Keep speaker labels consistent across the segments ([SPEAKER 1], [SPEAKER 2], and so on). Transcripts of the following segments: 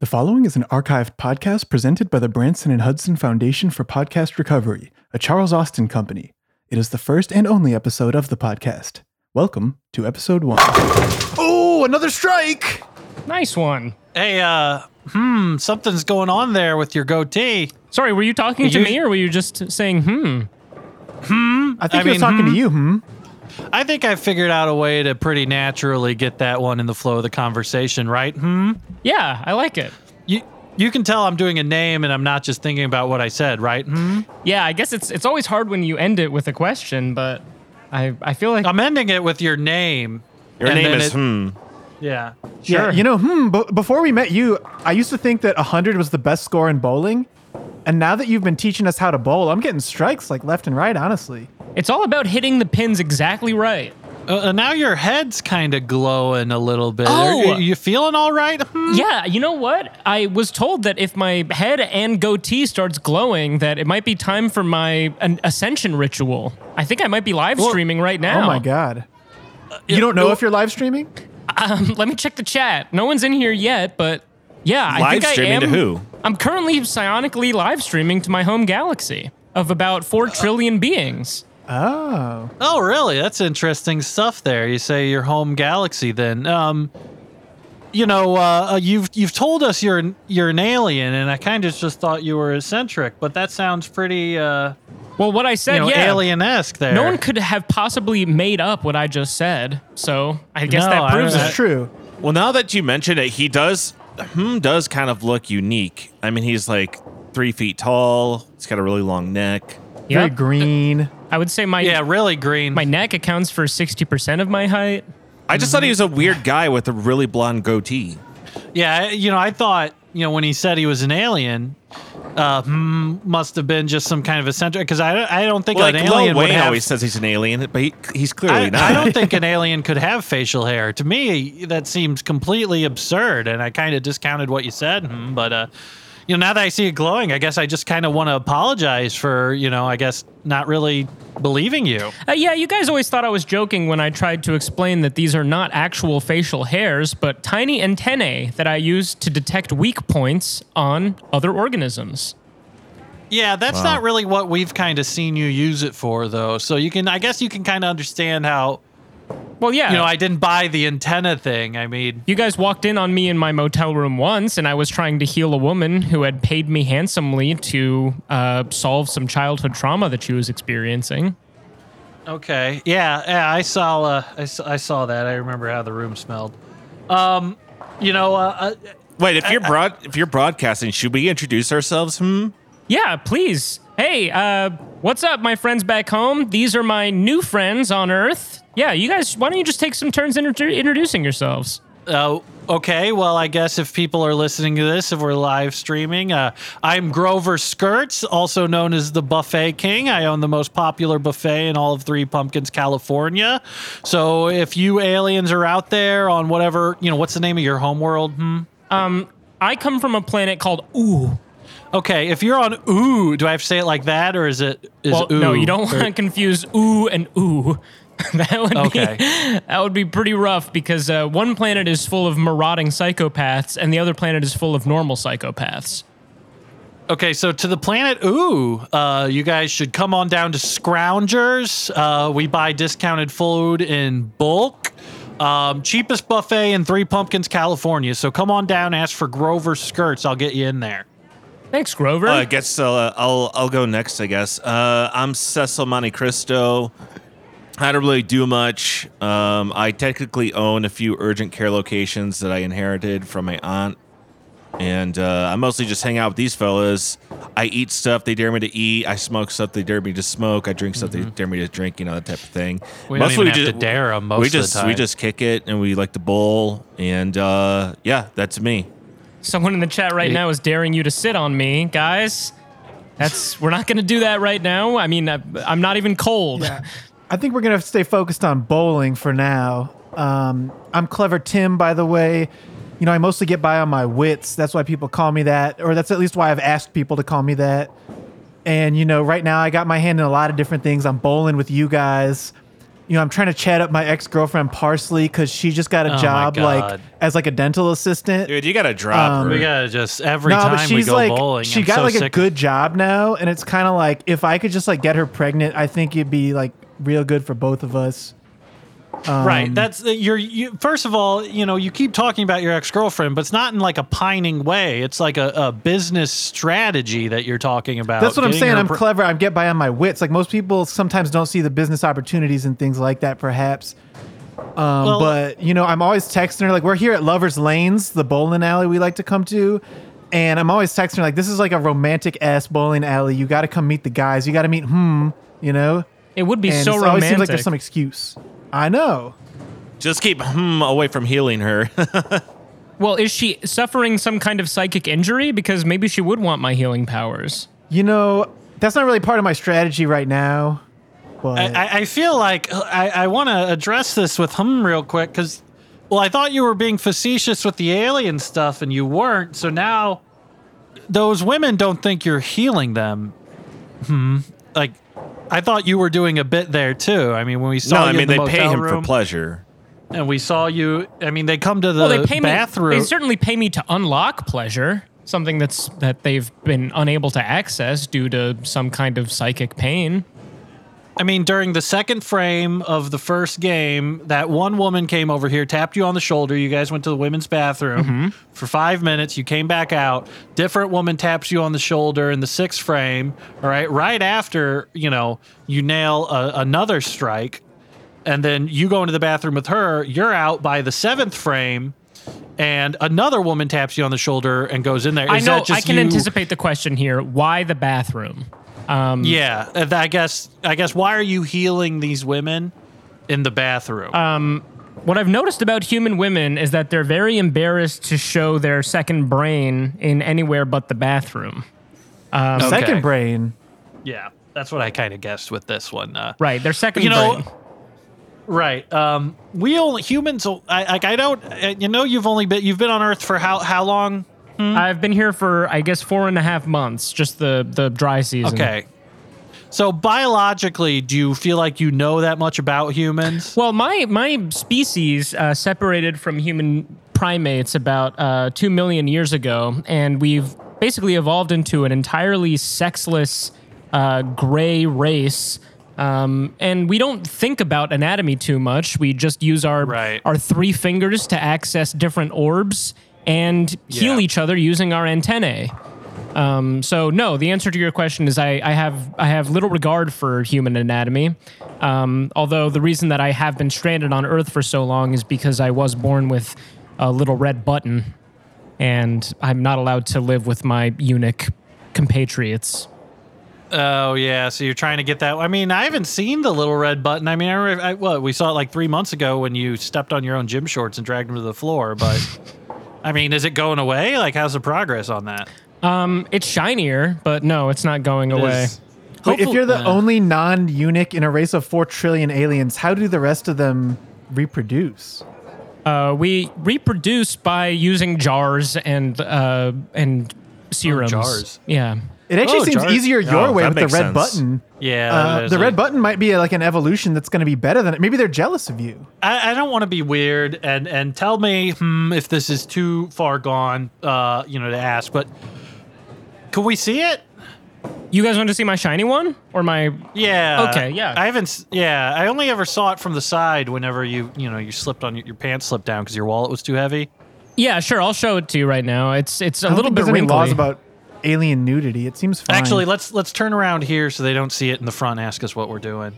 [SPEAKER 1] The following is an archived podcast presented by the Branson and Hudson Foundation for Podcast Recovery, a Charles Austin company. It is the first and only episode of the podcast. Welcome to episode one.
[SPEAKER 2] Oh, another strike!
[SPEAKER 3] Nice one.
[SPEAKER 4] Hey, uh, hmm, something's going on there with your goatee.
[SPEAKER 3] Sorry, were you talking to
[SPEAKER 4] You-
[SPEAKER 3] me or were you just saying, hmm?
[SPEAKER 1] I think
[SPEAKER 4] I
[SPEAKER 1] he was
[SPEAKER 4] mean,
[SPEAKER 1] talking to you, hmm?
[SPEAKER 4] I think I figured out a way to pretty naturally get that one in the flow of the conversation, right? Hmm.
[SPEAKER 3] Yeah, I like it.
[SPEAKER 4] You you can tell I'm doing a name and I'm not just thinking about what I said, right? Hmm.
[SPEAKER 3] Yeah, I guess it's it's always hard when you end it with a question, but I I feel like
[SPEAKER 4] I'm ending it with your name.
[SPEAKER 2] Your
[SPEAKER 4] and
[SPEAKER 2] name
[SPEAKER 4] then
[SPEAKER 2] is
[SPEAKER 4] it-
[SPEAKER 2] hmm.
[SPEAKER 4] Yeah.
[SPEAKER 1] Yeah, you know, hmm, b- before we met you, I used to think that 100 was the best score in bowling. And now that you've been teaching us how to bowl, I'm getting strikes like left and right, honestly.
[SPEAKER 3] it's all about hitting the pins exactly right.
[SPEAKER 4] Uh, uh, now your head's kind of glowing a little bit.
[SPEAKER 3] Oh!
[SPEAKER 4] Are, you feeling all right? Hmm?
[SPEAKER 3] Yeah, you know what? I was told that if my head and goatee starts glowing, that it might be time for my an ascension ritual. I think I might be live streaming right now.
[SPEAKER 1] Oh my God. You don't know if you're live streaming?
[SPEAKER 3] Um, Let me check the chat. No one's in here yet, but yeah, I
[SPEAKER 2] Live
[SPEAKER 3] think I
[SPEAKER 2] streaming
[SPEAKER 3] am.
[SPEAKER 2] to who?
[SPEAKER 3] I'm currently psionically live streaming to my home galaxy of about four trillion beings.
[SPEAKER 1] Oh.
[SPEAKER 4] Oh, really? That's interesting stuff. There, you say your home galaxy. Then, um, you know, uh, uh, you've you've told us you're an- you're an alien, and I kind of just thought you were eccentric. But that sounds pretty, uh,
[SPEAKER 3] Well, what I said,
[SPEAKER 4] you know,
[SPEAKER 3] yeah,
[SPEAKER 4] alien-esque. There,
[SPEAKER 3] no one could have possibly made up what I just said. So I guess
[SPEAKER 4] No,
[SPEAKER 3] that
[SPEAKER 4] I
[SPEAKER 3] proves
[SPEAKER 4] don't-
[SPEAKER 1] This
[SPEAKER 3] it.
[SPEAKER 1] is true.
[SPEAKER 2] Well, now that you mention it, he does hmm does kind of look unique. I mean, he's like three feet tall. He's got a really long neck.
[SPEAKER 1] Very
[SPEAKER 3] Yep.
[SPEAKER 1] green.
[SPEAKER 3] I would say my
[SPEAKER 4] yeah, really green.
[SPEAKER 3] my neck accounts for sixty percent of my height.
[SPEAKER 2] I just thought he was
[SPEAKER 4] Mm-hmm.
[SPEAKER 2] a weird guy with a really blonde goatee.
[SPEAKER 4] yeah, you know, I thought you know when he said he was an alien. Uh, hmm, must have been just some kind of eccentric because I, don't- I don't think
[SPEAKER 2] Well,
[SPEAKER 4] an
[SPEAKER 2] like
[SPEAKER 4] alien
[SPEAKER 2] Lil
[SPEAKER 4] would
[SPEAKER 2] Wayne
[SPEAKER 4] have
[SPEAKER 2] always says he's an alien, but he, he's clearly
[SPEAKER 4] I,
[SPEAKER 2] not.
[SPEAKER 4] I don't think an alien could have facial hair. To me, that seems completely absurd, and I kind of discounted what you said. hmm, But uh, you know, now that I see it glowing, I guess I just kind of want to apologize for you know, I guess not really believing you.
[SPEAKER 3] Uh, yeah, you guys always thought I was joking when I tried to explain that these are not actual facial hairs, but tiny antennae that I use to detect weak points on other organisms.
[SPEAKER 4] Yeah, that's
[SPEAKER 2] Wow.
[SPEAKER 4] not really what we've kind of seen you use it for, though. So you can, I guess, you can kind of understand how
[SPEAKER 3] Well, yeah,
[SPEAKER 4] you know I didn't buy the antenna thing. I mean,
[SPEAKER 3] You guys walked in on me in my motel room once, and I was trying to heal a woman who had paid me handsomely to uh, solve some childhood trauma that she was experiencing.
[SPEAKER 4] Okay. Yeah. Yeah. I saw. Uh, I, s- I saw that. I remember how the room smelled. Um. You know. Uh, uh,
[SPEAKER 2] Wait, if you're broad, if you're broadcasting, should we introduce ourselves? Hmm.
[SPEAKER 3] Yeah, please. Hey, uh, what's up, my friends back home? These are my new friends on Earth. Yeah, you guys, why don't you just take some turns inter- introducing yourselves?
[SPEAKER 4] Uh, okay, well, I guess if people are listening to this, if we're live streaming, uh, I'm Grover Skirts, also known as the Buffet King. I own the most popular buffet in all of Three Pumpkins, California. So if you aliens are out there on whatever, you know, what's the name of your homeworld? Hmm?
[SPEAKER 3] I come from a planet called Ooh.
[SPEAKER 4] Okay, if you're on Ooh, do I have to say it like that, or is it is
[SPEAKER 3] Well,
[SPEAKER 4] Ooh?
[SPEAKER 3] no, you don't want to confuse ooh and ooh. that would
[SPEAKER 4] Okay.
[SPEAKER 3] be that would be pretty rough because uh, one planet is full of marauding psychopaths and the other planet is full of normal psychopaths.
[SPEAKER 4] Okay, so to the planet Ooh, uh, you guys should come on down to Scroungers. Uh, we buy discounted food in bulk. Um, cheapest buffet in Three Pumpkins, California. So come on down, ask for Grover Skirts. I'll get you in there.
[SPEAKER 3] Thanks, Grover.
[SPEAKER 2] Uh, I guess uh, I'll I'll go next. I guess uh, I'm Cecil Monte Cristo. I don't really do much. Um, I technically own a few urgent care locations that I inherited from my aunt, and uh, I mostly just hang out with these fellas. I eat stuff they dare me to eat. I smoke stuff they dare me to smoke. I drink stuff they dare me to drink. You know that type of thing.
[SPEAKER 4] Mm-hmm. We don't even have to dare 'em most
[SPEAKER 2] we
[SPEAKER 4] of the
[SPEAKER 2] just we
[SPEAKER 4] time.
[SPEAKER 2] just kick it and we like to bowl and uh, yeah, that's me.
[SPEAKER 3] Someone in the chat right now is daring you to sit on me, guys. That's we're not going to do that right now. I mean, I, I'm not even cold.
[SPEAKER 1] I think we're gonna have to stay focused on bowling for now. Um, I'm clever Tim, by the way. You know, I mostly get by on my wits. That's why people call me that, or that's at least why I've asked people to call me that. And you know, right now I got my hand in a lot of different things. I'm bowling with you guys. you know, I'm trying to chat up my ex girlfriend Parsley because she just got a
[SPEAKER 4] Oh my
[SPEAKER 1] job like
[SPEAKER 4] God.
[SPEAKER 1] as like a dental assistant.
[SPEAKER 2] Dude, you gotta drop
[SPEAKER 4] Um, We
[SPEAKER 2] her.
[SPEAKER 4] gotta just every
[SPEAKER 1] no,
[SPEAKER 4] time
[SPEAKER 1] but
[SPEAKER 4] we
[SPEAKER 1] she's
[SPEAKER 4] go
[SPEAKER 1] like
[SPEAKER 4] bowling.
[SPEAKER 1] she
[SPEAKER 4] I'm
[SPEAKER 1] got
[SPEAKER 4] so
[SPEAKER 1] like a
[SPEAKER 4] sick-
[SPEAKER 1] good job now, and it's kind of like if I could just like get her pregnant, I think it'd be like real good for both of us. um,
[SPEAKER 4] right. That's uh, you're you, first of all, you know, you keep talking about your ex girlfriend, but it's not in like a pining way. It's like a, a business strategy that you're talking about.
[SPEAKER 1] That's what I'm
[SPEAKER 4] Getting
[SPEAKER 1] saying.
[SPEAKER 4] her
[SPEAKER 1] I'm
[SPEAKER 4] pre-
[SPEAKER 1] clever. I get by on my wits. Like most people sometimes don't see the business opportunities and things like that, perhaps. Um,
[SPEAKER 4] Well-
[SPEAKER 1] but you know, I'm always texting her. Like we're here at Lovers Lanes, the bowling alley we like to come to, and I'm always texting her. Like this is like a romantic ass bowling alley. You got to come meet the guys. You got to meet hmm. You know,
[SPEAKER 3] It would be
[SPEAKER 1] and
[SPEAKER 3] so
[SPEAKER 1] it always
[SPEAKER 3] romantic.
[SPEAKER 1] seems like there's some excuse. I know.
[SPEAKER 2] Just keep hmm away from healing her.
[SPEAKER 3] well, is she suffering some kind of psychic injury? Because maybe she would want my healing powers.
[SPEAKER 1] You know, that's not really part of my strategy right now. But
[SPEAKER 4] I, I- I feel like I, I want to address this with hum real quick because, well, I thought you were being facetious with the alien stuff and you weren't. So now those women don't think you're healing them. Hmm. Like, I thought you were doing a bit there too. I mean, when we saw
[SPEAKER 2] no,
[SPEAKER 4] you
[SPEAKER 2] I mean
[SPEAKER 4] in the
[SPEAKER 2] they pay
[SPEAKER 4] motel
[SPEAKER 2] him
[SPEAKER 4] room
[SPEAKER 2] for pleasure.
[SPEAKER 4] and we saw you. I mean, they come to the
[SPEAKER 3] Well, they pay
[SPEAKER 4] bathroom.
[SPEAKER 3] me. They certainly pay me to unlock pleasure, something that's that they've been unable to access due to some kind of psychic pain.
[SPEAKER 4] I mean, during the second frame of the first game, that one woman came over here, tapped you on the shoulder. You guys went to the women's bathroom
[SPEAKER 3] Mm-hmm.
[SPEAKER 4] for five minutes. You came back out. Different woman taps you on the shoulder in the sixth frame. All right. Right after, you know, you nail a, another strike. And then you go into the bathroom with her. You're out by the seventh frame. And another woman taps you on the shoulder and goes in there.
[SPEAKER 3] I
[SPEAKER 4] Is
[SPEAKER 3] know.
[SPEAKER 4] that just
[SPEAKER 3] I can
[SPEAKER 4] you-
[SPEAKER 3] anticipate the question here. Why the bathroom? Um,
[SPEAKER 4] Yeah, uh, I guess. I guess. Why are you healing these women in the bathroom?
[SPEAKER 3] Uh, What I've noticed about human women is that they're very embarrassed to show their second brain in anywhere but the bathroom.
[SPEAKER 4] okay.
[SPEAKER 1] second brain.
[SPEAKER 4] yeah, that's what I kind of guessed with this one. Uh,
[SPEAKER 3] Right, their second
[SPEAKER 4] You know,
[SPEAKER 3] brain.
[SPEAKER 4] right. Um, we only humans. I like. I don't. uh, You know, you've only been. You've been on Earth for how how long?
[SPEAKER 3] I've been here for I guess four and a half months, just the the dry season.
[SPEAKER 4] Okay. So biologically, do you feel like you know that much about humans?
[SPEAKER 3] Well, my my species uh, separated from human primates about uh, two million years ago, and we've basically evolved into an entirely sexless uh, gray race. Um, and we don't think about anatomy too much. We just use our
[SPEAKER 4] Right.
[SPEAKER 3] our three fingers to access different orbs and heal
[SPEAKER 4] Yeah.
[SPEAKER 3] each other using our antennae. Um, so no, the answer to your question is I, I have I have little regard for human anatomy. Um, although the reason that I have been stranded on Earth for so long is because I was born with a little red button, and I'm not allowed to live with my eunuch compatriots.
[SPEAKER 4] Oh yeah. So you're trying to get that. I mean, I haven't seen the little red button. I mean, I, remember- I what we saw it like three months ago when you stepped on your own gym shorts and dragged them to the floor. But I mean, is it going away? Like, how's the progress on that?
[SPEAKER 3] Um, it's shinier, but no, it's not going away.
[SPEAKER 4] Is-
[SPEAKER 1] Wait, if
[SPEAKER 4] Hopefully-
[SPEAKER 1] you're the
[SPEAKER 4] uh,
[SPEAKER 1] only non eunuch in a race of four trillion aliens, how do the rest of them reproduce?
[SPEAKER 3] Uh, we reproduce by using jars and uh, and serums.
[SPEAKER 4] jars.
[SPEAKER 3] Yeah.
[SPEAKER 1] It actually
[SPEAKER 4] Oh,
[SPEAKER 1] seems
[SPEAKER 4] Jar-
[SPEAKER 1] easier your
[SPEAKER 2] Oh,
[SPEAKER 1] way
[SPEAKER 2] that
[SPEAKER 1] with the red
[SPEAKER 2] makes sense.
[SPEAKER 1] button.
[SPEAKER 4] Yeah,
[SPEAKER 1] Uh, the
[SPEAKER 4] there's
[SPEAKER 1] red
[SPEAKER 4] a-
[SPEAKER 1] button might be like an evolution that's going to be better than it. Maybe they're jealous of you.
[SPEAKER 4] I, I don't want to be weird and and tell me hmm, if this is too far gone, uh, you know, to ask. But can we see it?
[SPEAKER 3] You guys want to see my shiny one or my
[SPEAKER 4] Yeah.
[SPEAKER 3] Okay, yeah.
[SPEAKER 4] I haven't. s- Yeah. I only ever saw it from the side whenever you you know you slipped on your, your pants slipped down because your wallet was too heavy.
[SPEAKER 3] Yeah, sure. I'll show it to you right now. It's it's a
[SPEAKER 1] I don't
[SPEAKER 3] little
[SPEAKER 1] think
[SPEAKER 3] bit
[SPEAKER 1] there's any
[SPEAKER 3] wrinkly.
[SPEAKER 1] laws about alien nudity. It seems fine.
[SPEAKER 4] Actually, let's let's turn around here so they don't see it in the front. and Ask us what we're doing.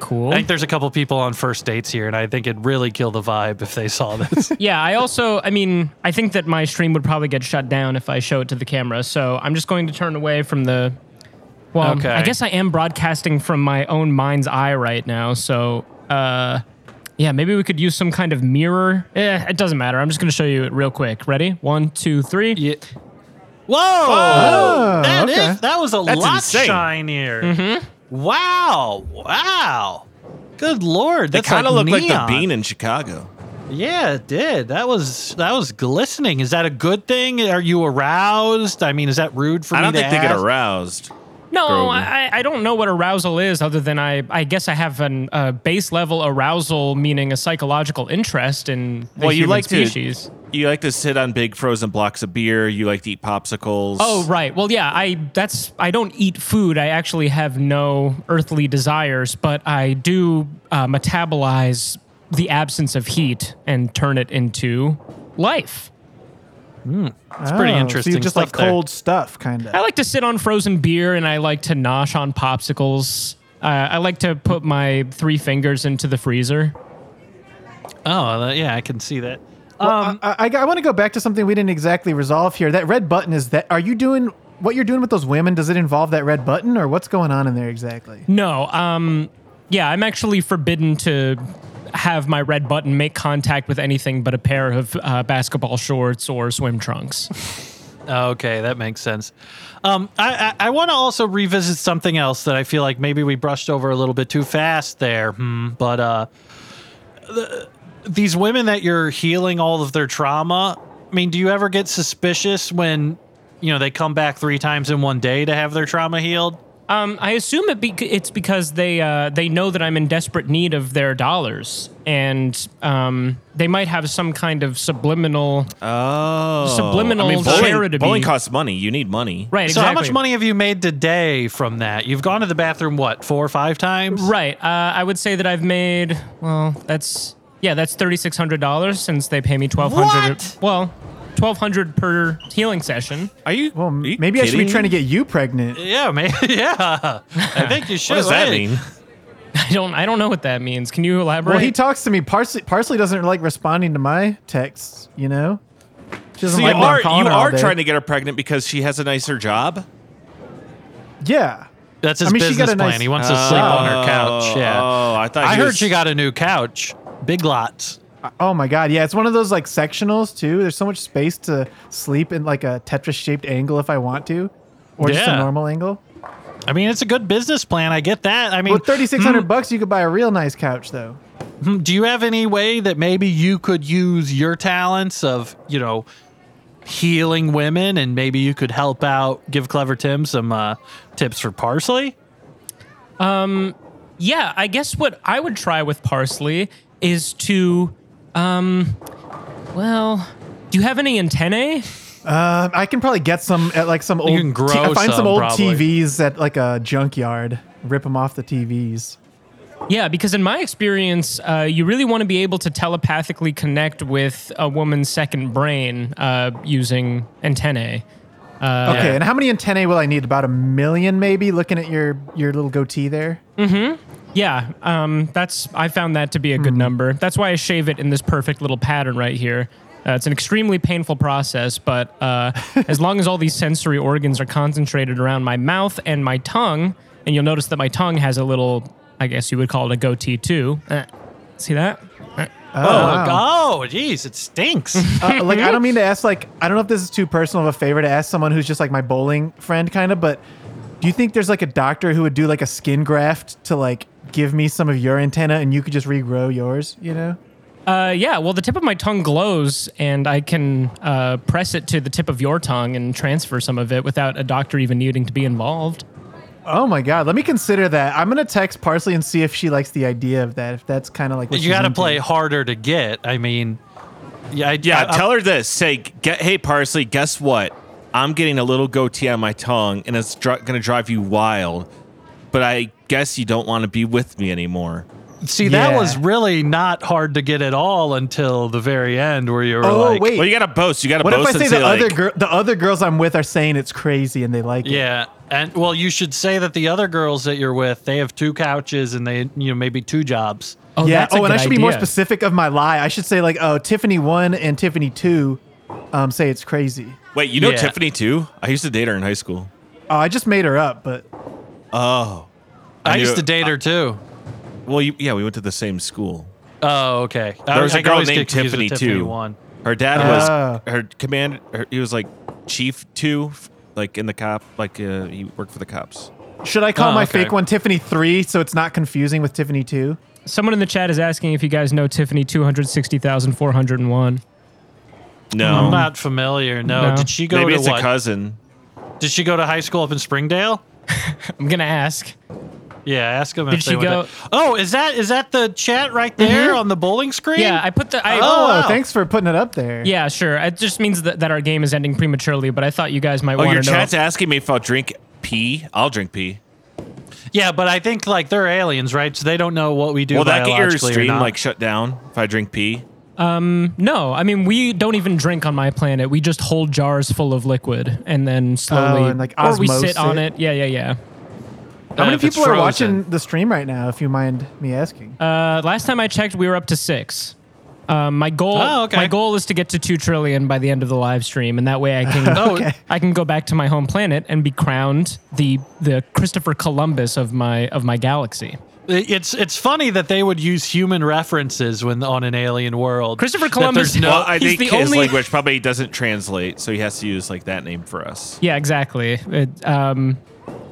[SPEAKER 3] cool.
[SPEAKER 4] I think there's a couple people on first dates here, and I think it'd really kill the vibe if they saw this.
[SPEAKER 3] yeah, I also, I mean, I think that my stream would probably get shut down if I show it to the camera. So I'm just going to turn away from the. Well,
[SPEAKER 4] Okay.
[SPEAKER 3] I guess I am broadcasting from my own mind's eye right now. So, uh, yeah, maybe we could use some kind of mirror. Eh, it doesn't matter. I'm just going to show you it real quick. Ready? One, two, three.
[SPEAKER 4] Yeah. Whoa!
[SPEAKER 1] Oh,
[SPEAKER 4] That
[SPEAKER 1] okay.
[SPEAKER 4] is- that was a
[SPEAKER 2] That's
[SPEAKER 4] lot
[SPEAKER 2] insane. Mm-hmm.
[SPEAKER 4] shinier. Wow! Wow! Good lord!
[SPEAKER 2] It
[SPEAKER 4] That's
[SPEAKER 2] kind of
[SPEAKER 4] like
[SPEAKER 2] looked like the
[SPEAKER 4] neon.
[SPEAKER 2] bean in Chicago.
[SPEAKER 4] Yeah, it did. That was that was glistening. Is that a good thing? Are you aroused? I mean, is that rude for
[SPEAKER 2] I
[SPEAKER 4] me
[SPEAKER 2] don't
[SPEAKER 4] to
[SPEAKER 2] think they get
[SPEAKER 4] ask?
[SPEAKER 2] aroused.
[SPEAKER 3] No,
[SPEAKER 2] Grogu.
[SPEAKER 3] I, I don't know what arousal is other than I, I guess I have a uh, base level arousal, meaning a psychological interest in the
[SPEAKER 2] well, you
[SPEAKER 3] human
[SPEAKER 2] like
[SPEAKER 3] species.
[SPEAKER 2] to you like to sit on big frozen blocks of beer. You like to eat popsicles.
[SPEAKER 3] Oh right. Well, yeah. I that's I don't eat food. I actually have no earthly desires, but I do uh, metabolize the absence of heat and turn it into life.
[SPEAKER 1] That's
[SPEAKER 4] pretty interesting
[SPEAKER 1] Oh, So you just
[SPEAKER 4] stuff
[SPEAKER 1] like
[SPEAKER 4] there.
[SPEAKER 1] cold stuff, kind
[SPEAKER 3] I
[SPEAKER 1] of.
[SPEAKER 3] like to sit on frozen beer and I like to nosh on popsicles. Uh, I like to put my three fingers into the freezer.
[SPEAKER 4] Oh, yeah, I can see that.
[SPEAKER 1] Um, I, I, I want to go back to something we didn't exactly resolve here. That red button is that. Are you doing what you're doing with those women? Does it involve that red button, or what's going on in there exactly?
[SPEAKER 3] No, um, yeah, I'm actually forbidden to have my red button make contact with anything but a pair of uh, basketball shorts or swim trunks.
[SPEAKER 4] Oh, Okay, that makes sense. Um, I, I, I want to also revisit something else that I feel like maybe we brushed over a little bit too fast there. Hmm, but uh, the, these women that you're healing all of their trauma, I mean, do you ever get suspicious when, you know, they come back three times in one day to have their trauma healed?
[SPEAKER 3] Um, I assume it bec it's because they uh, they know that I'm in desperate need of their dollars, and um, they might have some kind of subliminal.
[SPEAKER 2] oh,
[SPEAKER 3] Subliminal
[SPEAKER 2] bowling,
[SPEAKER 3] charity.
[SPEAKER 2] Bowling costs money. You need money.
[SPEAKER 3] Right.
[SPEAKER 4] So,
[SPEAKER 3] exactly.
[SPEAKER 4] how much money have you made today from that? You've gone to the bathroom, what, four or five times?
[SPEAKER 3] Right. Uh, I would say that I've made. Well, that's yeah, that's thirty six hundred dollars since they pay me twelve hundred.
[SPEAKER 4] What?
[SPEAKER 3] Well, twelve hundred per healing session.
[SPEAKER 2] Are you?
[SPEAKER 1] Well,
[SPEAKER 2] are you
[SPEAKER 1] Oh, maybe I should be
[SPEAKER 2] kidding? Eh,
[SPEAKER 1] trying to get you pregnant.
[SPEAKER 4] Yeah, man. Yeah. I think you should.
[SPEAKER 2] What does that
[SPEAKER 4] Hey,
[SPEAKER 2] mean?
[SPEAKER 3] I don't. I don't know what that means. Can you elaborate?
[SPEAKER 1] Well, he talks to me. Parsley, Parsley doesn't like responding to my texts. You know, she doesn't
[SPEAKER 2] So
[SPEAKER 1] like
[SPEAKER 2] you
[SPEAKER 1] when I'm
[SPEAKER 2] are
[SPEAKER 1] calling
[SPEAKER 2] you
[SPEAKER 1] her all
[SPEAKER 2] are
[SPEAKER 1] day.
[SPEAKER 2] trying to get her pregnant because she has a nicer job.
[SPEAKER 1] Yeah.
[SPEAKER 4] That's his
[SPEAKER 1] I mean, she got
[SPEAKER 4] business
[SPEAKER 1] a nice-
[SPEAKER 4] plan. He wants to sleep on her couch. Yeah.
[SPEAKER 2] Oh, I thought.
[SPEAKER 4] I
[SPEAKER 2] he
[SPEAKER 4] heard
[SPEAKER 2] was-
[SPEAKER 4] she got a new couch. Big lots.
[SPEAKER 1] Oh my god. Yeah, it's one of those like sectionals too. There's so much space to sleep in like a Tetris shaped angle if I want to, or just a
[SPEAKER 4] Yeah.
[SPEAKER 1] normal angle.
[SPEAKER 4] I mean, it's a good business plan. I get that. I mean,
[SPEAKER 1] With
[SPEAKER 2] hmm.
[SPEAKER 1] 3,600 bucks, you could buy a real nice couch though.
[SPEAKER 4] hmm, do you have any way that maybe you could use your talents of, you know, healing women and maybe you could help out, give Clever Tim some uh, tips for parsley?
[SPEAKER 3] Yeah, I guess what I would try with parsley is to, um, well, do you have any antennae?
[SPEAKER 1] Um, I can probably get some at like some old.
[SPEAKER 4] can grow
[SPEAKER 1] I find some,
[SPEAKER 4] some,
[SPEAKER 1] old
[SPEAKER 4] probably.
[SPEAKER 1] TVs at like a junkyard. Rip them off the TVs.
[SPEAKER 3] Yeah, because in my experience, uh, you really want to be able to telepathically connect with a woman's second brain uh, using
[SPEAKER 1] Okay,
[SPEAKER 3] antennae.
[SPEAKER 4] Oh, Yeah.
[SPEAKER 1] and how many antennae will I need? About a million, maybe. Looking at your your little goatee there.
[SPEAKER 3] Yeah, um, that's I found that to be a good number. That's why I shave it in this perfect little pattern right here. Uh, it's an extremely painful process, but uh, as long as all these sensory organs are concentrated around my mouth and my tongue, and you'll notice that my tongue has a little, I guess you would call it a goatee too. Eh, see that?
[SPEAKER 1] Oh,
[SPEAKER 4] Oh,
[SPEAKER 1] wow.
[SPEAKER 4] oh, geez, it stinks.
[SPEAKER 1] Uh, like I don't mean to ask like I don't know if this is too personal of a favor to ask someone who's just like my bowling friend kind of, but do you think there's like a doctor who would do like a skin graft to like give me some of your antenna and you could just regrow yours? You know?
[SPEAKER 3] Uh, yeah, well, the tip of my tongue glows, and I can uh, press it to the tip of your tongue and transfer some of it without a doctor even needing to be involved.
[SPEAKER 1] Oh my god, let me consider that. I'm gonna text Parsley and see if she likes the idea of that. If that's kind of like what
[SPEAKER 4] you
[SPEAKER 1] she's
[SPEAKER 4] got to
[SPEAKER 1] into.
[SPEAKER 4] play harder to get. I mean, yeah, I,
[SPEAKER 1] Uh,
[SPEAKER 2] Yeah,
[SPEAKER 4] I-
[SPEAKER 2] tell her this. Say, get, hey, Parsley, guess what? I'm getting a little goatee on my tongue, and it's dri going to drive you wild. But I guess you don't want to be with me anymore.
[SPEAKER 4] See, that
[SPEAKER 1] Yeah.
[SPEAKER 4] was really not hard to get at all until the very end where you were
[SPEAKER 1] Oh
[SPEAKER 4] like,
[SPEAKER 1] wait,
[SPEAKER 2] Well, you got to boast. You got to
[SPEAKER 1] what
[SPEAKER 2] boast
[SPEAKER 1] if I
[SPEAKER 2] and
[SPEAKER 1] say the
[SPEAKER 2] say, like,
[SPEAKER 1] other girl, the other girls I'm with are saying it's crazy and they like it?
[SPEAKER 4] Yeah. And well, you should say that the other girls that you're with, they have two couches and they, you know, maybe two jobs.
[SPEAKER 3] Oh,
[SPEAKER 1] yeah.
[SPEAKER 3] that's a
[SPEAKER 1] oh, and
[SPEAKER 3] good
[SPEAKER 1] I should be more
[SPEAKER 3] idea.
[SPEAKER 1] specific of my lie. I should say like, oh, Tiffany one and Tiffany two, um, say it's crazy.
[SPEAKER 2] wait, you know
[SPEAKER 4] Yeah.
[SPEAKER 2] Tiffany too? I used to date her in high school.
[SPEAKER 1] Oh, I just made her up, but
[SPEAKER 2] Oh,
[SPEAKER 4] I,
[SPEAKER 2] I
[SPEAKER 4] used
[SPEAKER 2] knew-
[SPEAKER 4] to date her too.
[SPEAKER 2] well, you, yeah, we went to the same school.
[SPEAKER 4] Oh, okay. I-
[SPEAKER 2] There was
[SPEAKER 4] I
[SPEAKER 2] a
[SPEAKER 4] can
[SPEAKER 2] girl
[SPEAKER 4] always
[SPEAKER 2] named
[SPEAKER 4] get confused
[SPEAKER 2] Tiffany
[SPEAKER 4] with
[SPEAKER 2] too.
[SPEAKER 4] One.
[SPEAKER 2] Her dad
[SPEAKER 1] Ah.
[SPEAKER 2] was her command. Her, he was like chief two, f- like in the cop, like uh, he worked for the cops.
[SPEAKER 1] should I call
[SPEAKER 4] Oh,
[SPEAKER 1] my
[SPEAKER 4] okay.
[SPEAKER 1] fake one Tiffany three so it's not confusing with Tiffany two?
[SPEAKER 3] Someone in the chat is asking if you guys know Tiffany 260,401.
[SPEAKER 2] No,
[SPEAKER 4] I'm not familiar. No.
[SPEAKER 3] No.
[SPEAKER 4] Did she go
[SPEAKER 2] maybe
[SPEAKER 4] to
[SPEAKER 2] it's
[SPEAKER 4] what?
[SPEAKER 1] Oh,
[SPEAKER 2] a cousin. Oh,
[SPEAKER 4] Did she go to high school up in Springdale?
[SPEAKER 3] I'm gonna ask.
[SPEAKER 4] Yeah, ask them
[SPEAKER 3] Did
[SPEAKER 4] if
[SPEAKER 3] she
[SPEAKER 4] they would.
[SPEAKER 3] go- Mm-hmm.
[SPEAKER 4] Oh, is that is that the chat right there on the bowling screen?
[SPEAKER 3] Yeah, I put the. I,
[SPEAKER 1] Oh,
[SPEAKER 4] wow.
[SPEAKER 1] thanks for putting it up there.
[SPEAKER 3] Yeah, sure. It just means that, that our game is ending prematurely, but I thought you guys might
[SPEAKER 2] Oh, your
[SPEAKER 3] want to know.
[SPEAKER 2] chat's asking me if I'll drink pee. I'll drink pee.
[SPEAKER 4] yeah, but I think like they're aliens, right? So they don't know what we do.
[SPEAKER 2] Will that get your
[SPEAKER 4] biologically or
[SPEAKER 2] stream
[SPEAKER 4] not.
[SPEAKER 2] like shut down if I drink pee?
[SPEAKER 3] no, I mean we don't even drink on my planet. We just hold jars full of liquid and then slowly,
[SPEAKER 1] Oh, and, like,
[SPEAKER 3] or we
[SPEAKER 1] osmose
[SPEAKER 3] sit on
[SPEAKER 1] it.
[SPEAKER 3] it. Yeah, yeah, yeah.
[SPEAKER 1] How many
[SPEAKER 4] if it's
[SPEAKER 1] people are
[SPEAKER 4] frozen.
[SPEAKER 1] watching the stream right now? If you mind me asking.
[SPEAKER 3] Uh, last time I checked, we were up to six. Um, my goal,
[SPEAKER 4] Oh, okay.
[SPEAKER 3] my goal is to get to two trillion by the end of the live stream, and that way I can,
[SPEAKER 4] Oh, Okay.
[SPEAKER 3] I can go back to my home planet and be crowned the the Christopher Columbus of my of my galaxy.
[SPEAKER 4] It's it's funny that they would use human references when on an alien world.
[SPEAKER 3] Christopher
[SPEAKER 4] That
[SPEAKER 3] Columbus-
[SPEAKER 4] there's no-
[SPEAKER 2] well, I
[SPEAKER 3] he's
[SPEAKER 2] think
[SPEAKER 3] the
[SPEAKER 2] his
[SPEAKER 3] only-
[SPEAKER 2] language probably doesn't translate, so he has to use like that name for us.
[SPEAKER 3] Yeah, exactly. It, um,